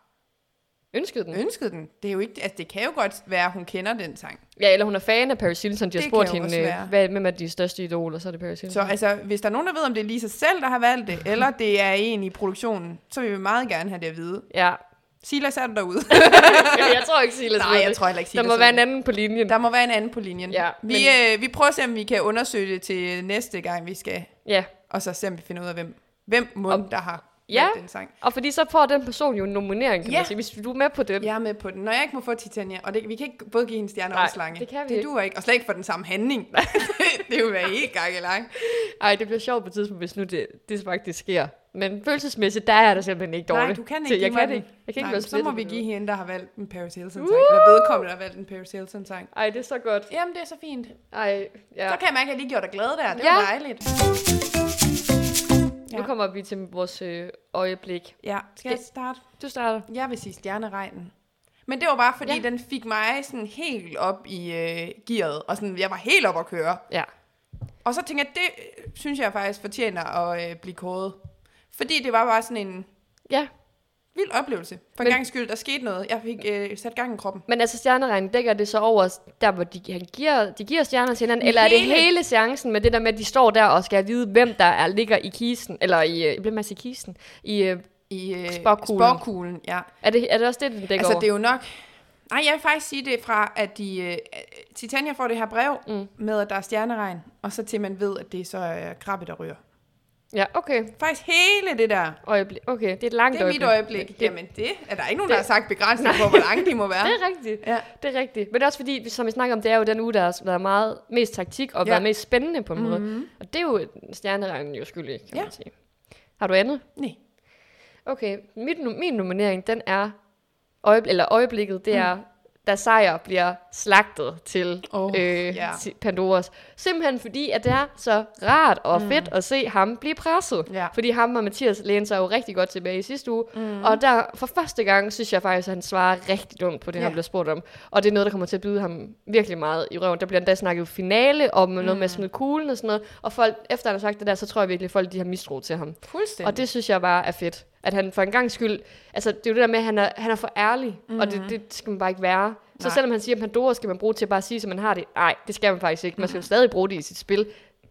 S2: ønskede den.
S3: ønsket den. Det, er jo ikke, altså, det kan jo godt være, at hun kender den sang.
S2: Ja, eller hun er fan af Paris Hilton. De har
S3: Det
S2: spurgt
S3: kan jo
S2: hende,
S3: også
S2: øh,
S3: være.
S2: hvad, hvem er de største idoler, så er det Paris Hilton.
S3: Så altså, hvis der er nogen, der ved, om det er Lisa selv, der har valgt det, eller det er en i produktionen, så vil vi meget gerne have det at vide.
S2: Ja.
S3: Silas er du derude.
S2: ja. jeg tror ikke, Silas
S3: Nej,
S2: ved
S3: jeg
S2: det.
S3: tror heller ikke,
S2: Der
S3: Silas
S2: må
S3: ved
S2: være en
S3: det.
S2: anden på linjen.
S3: Der må være en anden på linjen.
S2: Ja,
S3: vi,
S2: men-
S3: øh, vi prøver at se, om vi kan undersøge det til næste gang, vi skal.
S2: Ja.
S3: Og så se, om vi finder ud af, hvem, hvem mund, der har
S2: Ja.
S3: valgt den sang.
S2: Og fordi så får den person jo en nominering, kan
S3: Ja.
S2: man sige. Hvis du er med på den.
S3: Jeg er med på den. Når jeg ikke må få Titania, og det, vi kan ikke både give hende stjerne
S2: Nej,
S3: og slange.
S2: det kan vi
S3: det
S2: ikke.
S3: duer ikke. Og slet ikke for den samme handling. det vil være helt gakkelang.
S2: Ej, det bliver sjovt på et tidspunkt, hvis nu det, det faktisk sker. Men følelsesmæssigt, der er der simpelthen ikke dårligt.
S3: Nej, du kan
S2: Så
S3: ikke
S2: jeg
S3: give
S2: kan
S3: mig
S2: ikke.
S3: den.
S2: Jeg kan ikke
S3: Nej,
S2: være
S3: Så må
S2: splittet
S3: vi
S2: på
S3: give
S2: noget.
S3: hende, der har valgt en Paris Hilton-sang. Eller vedkommende, der har valgt en Paris Hilton-sang.
S2: Ej, det er så godt.
S3: Jamen, det er så fint.
S2: Ej, ja.
S3: Så kan jeg mærke, at jeg lige gjorde dig glad der. Det
S2: Ja.
S3: var dejligt.
S2: Nu kommer vi til vores øh, øjeblik.
S3: Ja, skal jeg starte?
S2: Du starter.
S3: Jeg vil sige stjerneregnen. Men det var bare, fordi
S2: Ja.
S3: ja. den fik mig sådan helt op i øh, gearet, og sådan, jeg var helt op at køre.
S2: Ja.
S3: Og så tænker jeg, det øh, synes jeg faktisk fortjener at øh, blive kåret. Fordi det var bare sådan en
S2: Ja,
S3: vild oplevelse. For
S2: Men-
S3: en gang skyld, der skete noget. Jeg fik øh, sat gang i kroppen.
S2: Men altså stjerneregn, dækker det så over der, hvor de, han giver, de giver stjerner til hinanden? Eller er det
S3: Hele-
S2: hele seancen med det der med, at de står der og skal vide, hvem der er, ligger i kisten? Eller i, øh, blev man sige kisten? I, øh,
S3: I øh,
S2: Sporkuglen.
S3: sporkuglen, ja.
S2: er, det, er det også det, den dækker
S3: Altså,
S2: over?
S3: det er jo nok... Nej, jeg vil faktisk sige det er fra, at de, øh, Titania får det her brev mm. med, at der er stjerneregn, og så til man ved, at det så er krabbe, der ryger.
S2: Ja, okay.
S3: Faktisk hele det der,
S2: Øjeblik. Okay, det er et langt
S3: det er mit øjeblik. Det, Jamen det er der ikke nogen, der
S2: det-
S3: har sagt begrænsning på, hvor lange de må være.
S2: Det er rigtigt.
S3: Ja.
S2: Det er rigtigt. Men det er også fordi, som vi snakker om, det er jo den uge, der har været meget mest taktik og ja.
S3: Ja. Mhm.
S2: været mest spændende på en mm-hmm. måde. Og det er jo stjerneregnen jo skyldig, kan ja.
S3: Ja.
S2: man sige. Har du andet?
S3: Nej.
S2: Okay, mit, nu- min nominering, den er, øjeblik, eller øjeblikket, det er, da sejr bliver slagtet til oh,
S3: Mm. Åh,
S2: øh,
S3: ja.
S2: yeah. Pandoras. Simpelthen fordi, at det er så rart og fedt at se ham blive presset.
S3: Mm. Ja.
S2: Fordi ham og Mathias læner sig jo rigtig godt tilbage i sidste uge. Mm. Og der, for første gang, synes jeg faktisk, at han svarer rigtig dumt på det, ja.
S3: Ja.
S2: han bliver spurgt om. Og det er noget, der kommer til at byde ham virkelig meget i røven. Der bliver endda snakket finale om noget
S3: Mm.
S2: med at smide kuglen og sådan noget. Og folk, efter han har sagt det der, så tror jeg virkelig, at folk de har mistro til ham.
S3: Fuldstændig.
S2: Og det synes jeg bare er fedt. At han for en gang skyld... Altså, det er jo det der med, at han er, han er for ærlig. Mm-hmm. Og det, det skal man bare ikke være. Så
S3: Mhm. Nej.
S2: selvom han siger, at Pandora skal man bruge til at bare sige, som man har det. Nej, det skal man faktisk ikke. Man skal stadig bruge det i sit spil.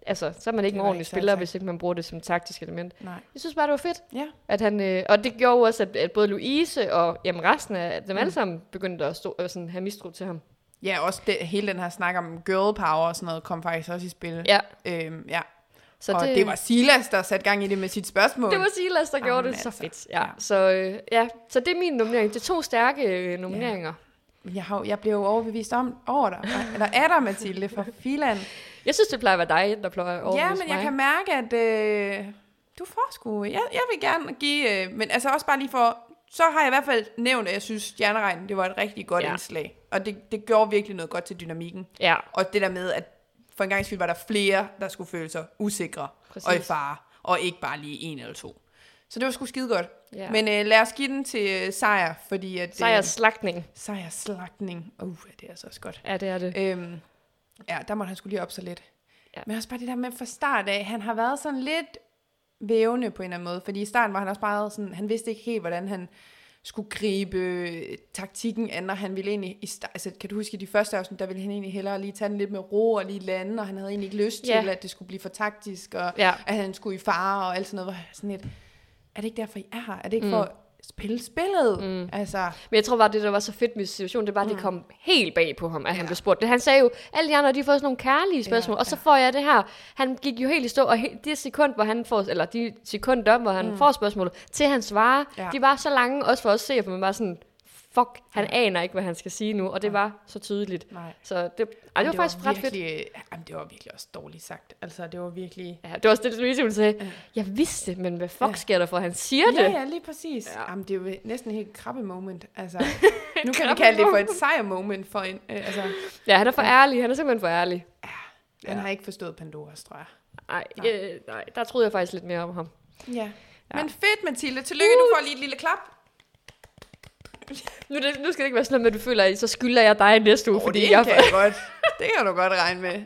S2: altså, så er man ikke
S3: Mhm. Det
S2: en
S3: var
S2: ordentlig
S3: ikke særlig
S2: spiller,
S3: taktisk.
S2: hvis ikke man bruger det som taktisk element.
S3: Nej.
S2: Jeg synes bare, det var fedt,
S3: Ja.
S2: at han, øh, og det gjorde jo også, at, at både Louise og jamen, resten af dem
S3: Mm.
S2: alle sammen begyndte at stå, øh, sådan, have mistro til ham.
S3: Ja, også det, hele den her snak om girl power og sådan noget, kom faktisk også i spil.
S2: Ja,
S3: Øhm, ja.
S2: så
S3: og det, det var Silas, der satte gang i det med sit spørgsmål.
S2: det var Silas, der
S3: Jamen,
S2: gjorde det så
S3: altså,
S2: fedt.
S3: ja.
S2: Ja. Så, øh, ja. så det er min nominering. Det er to stærke øh, nomineringer.
S3: Men Jeg, har, jo- jeg blev jo overbevist om over dig. Og- Eller er der, Mathilde, for filan?
S2: Jeg synes, det plejer at være dig, der plejer over
S3: ja, men jeg kan mærke, at øh, du får sgu... Jeg, jeg vil gerne give... Øh, men altså også bare lige for... Så har jeg i hvert fald nævnt, at jeg synes, Stjerneregn, det var et rigtig godt ja.
S2: Ja.
S3: indslag. Og det, det gjorde virkelig noget godt til dynamikken.
S2: Ja,
S3: Og det der med, at for en gang skyld var der flere, der skulle føle sig usikre Præcis.
S2: Præcis.
S3: og i fare, og ikke bare lige en eller to. Så det var sgu skide godt.
S2: Ja.
S3: Men øh, lad os give den til øh, sejr, fordi at...
S2: så er jeg slagtning.
S3: sejr slagtning. Uh, det er altså også godt.
S2: Ja, det er det.
S3: Øhm, ja, der måtte han skulle lige op så lidt. Ja.
S2: Ja.
S3: Men også bare det der med fra start af, han har været sådan lidt vævende på en eller anden måde, fordi i starten var han også meget sådan, han vidste ikke helt, hvordan han skulle gribe øh, taktikken an, og han ville egentlig, i start, altså, kan du huske i de første afsnit, der ville han egentlig hellere lige tage den lidt med ro og lige lande, og han havde egentlig ikke lyst
S2: Ja.
S3: til, at det skulle blive for taktisk, og
S2: Ja.
S3: at han skulle i fare og alt sådan noget, hvor jeg sådan lidt, er det ikke derfor, I er her? Er det ikke mm. for at spille spillet? Mm. Altså,
S2: Men jeg tror bare, det der var så fedt med situationen, det var,
S3: Mm.
S2: at det kom helt bag på ham, at ja. han blev spurgt. Det- Han sagde jo, alle de andre, de har fået sådan nogle kærlige spørgsmål,
S3: Ja,
S2: ja, og så får jeg det her. Han gik jo helt i stå, og he- det sekund, hvor han får, eller de sekunder, hvor han mm. får spørgsmålet, til han svarer,
S3: Ja.
S2: ja. de var så lange, også for os se, for man var sådan, fuck, han ja. aner ikke, hvad han skal sige nu, og det var så tydeligt.
S3: Nej.
S2: Så det, ej, det, var, det var faktisk ret fedt.
S3: virkelig, fedt. Jamen, det var virkelig også dårligt sagt. Altså, det var virkelig...
S2: Ja, det var også det, Louise hun sagde, jeg vidste, men hvad fuck
S3: Ja.
S2: ja. sker der for, han siger det?
S3: Ja, ja, lige præcis. Ja.
S2: Ja.
S3: Jamen, det er jo næsten helt krabbe moment. Altså, nu kan vi kalde det for et sejr moment for en... Øh, altså,
S2: ja han er for ærlig, han er simpelthen for ærlig.
S3: han har ikke forstået Pandoras, tror jeg.
S2: Ej, nej. Øh, nej, der troede jeg faktisk lidt mere om ham.
S3: Ja. ja. Men fedt, Mathilde. Tillykke,
S2: Uh.
S3: du får lige et lille klap.
S2: Nu, er det, nu skal det ikke være sådan noget med, at du føler, at så skylder jeg dig næste uge,
S3: Åh,
S2: fordi
S3: det
S2: jeg...
S3: kan jeg godt. Det kan du godt regne med.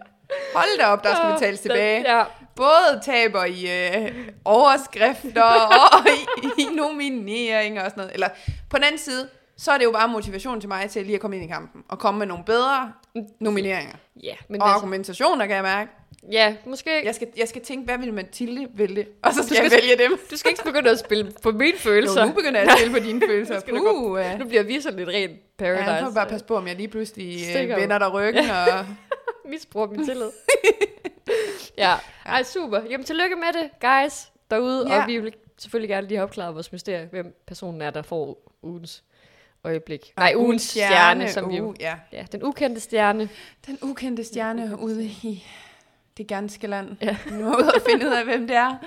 S3: Hold da op, der skal betales tilbage.
S2: Ja,
S3: Både taber i øh, overskrifter og i, i nomineringer og sådan noget. Eller på den anden side, så er det jo bare motivation til mig til lige at komme ind i kampen og komme med nogle bedre nomineringer.
S2: ja, men
S3: Og
S2: altså,
S3: argumentationer, kan jeg mærke.
S2: ja, måske...
S3: Jeg skal, jeg skal tænke, hvad ville Mathilde vælge? Og så skal,
S2: skal-
S3: jeg vælge dem.
S2: Du skal ikke begynde at spille på mine
S3: Jo,
S2: følelser.
S3: nu begynder jeg at spille på dine følelser.
S2: skal du
S3: Puh, ja.
S2: nu bliver vi sådan lidt rent paradise.
S3: Ja, nu får vi bare passe på, om jeg lige pludselig øh,
S2: Stikker.
S3: vender dig ryggen. Og...
S2: Misbruger min tillid. ja, ej, super. Jamen, tillykke med det, guys, derude.
S3: Ja.
S2: Og vi vil selvfølgelig gerne lige have opklaret vores mysterie, hvem personen er, der får ugens øjeblik. Nej, ugens stjerne, som vi jo...
S3: uh, ja.
S2: Ja, den ukendte stjerne.
S3: Den ukendte stjerne ude i det ganske land. Ja. Nu er ude og finde ud af, hvem det er.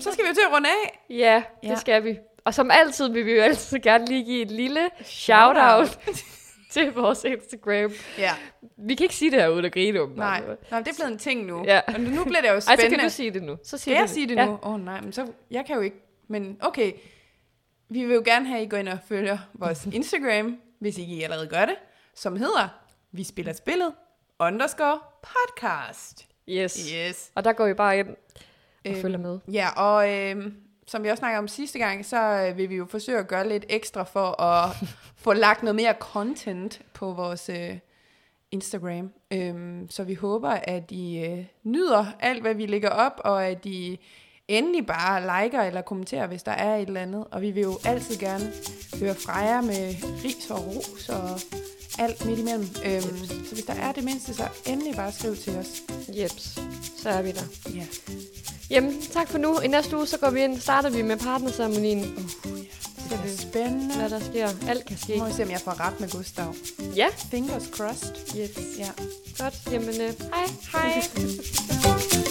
S3: Så skal vi jo til at runde af.
S2: Ja,
S3: Ja.
S2: det skal vi. Og som altid vil vi jo altid gerne lige give et lille shout-out til vores Instagram.
S3: Ja,
S2: Vi kan ikke sige det her uden at grine,
S3: nej.
S2: åbenbart.
S3: nej det er blevet en ting nu.
S2: Ja.
S3: Og nu bliver det jo
S2: Ej,
S3: spændende.
S2: så kan du sige det nu. Så
S3: Skal
S2: siger
S3: jeg
S2: du
S3: sige det
S2: Ja.
S3: nu? Åh oh, nej, men så, jeg kan jo ikke. Men okay, vi vil jo gerne have, at I går ind og følger vores Instagram, hvis ikke I allerede gør det, som hedder Vi Spiller Spillet underscore podcast.
S2: Yes.
S3: Yes.
S2: Og der går I bare ind og
S3: Øhm,
S2: følger med.
S3: Ja, og øh, som vi også snakkede om sidste gang, så øh, vil vi jo forsøge at gøre lidt ekstra for at få lagt noget mere content på vores øh, Instagram. Øhm, så vi håber, at I øh, nyder alt, hvad vi lægger op, og at I endelig bare liker eller kommenterer, hvis der er et eller andet. Og vi vil jo altid gerne høre fra jer med ris og ros og alt midt imellem. Øhm, så hvis der er det mindste, så endelig bare skriv til os.
S2: Jeps. Så er vi der.
S3: Ja.
S2: Jamen, tak for nu. I næste uge, så går vi ind, starter vi med partnerceremonien.
S3: oh, Det er spændende.
S2: Hvad der sker. Alt kan ske.
S3: Nu må vi se, om jeg får ret med Gustav.
S2: Ja.
S3: Fingers crossed.
S2: Yes.
S3: Ja.
S2: Godt. Jamen, øh, hej.
S3: Hej.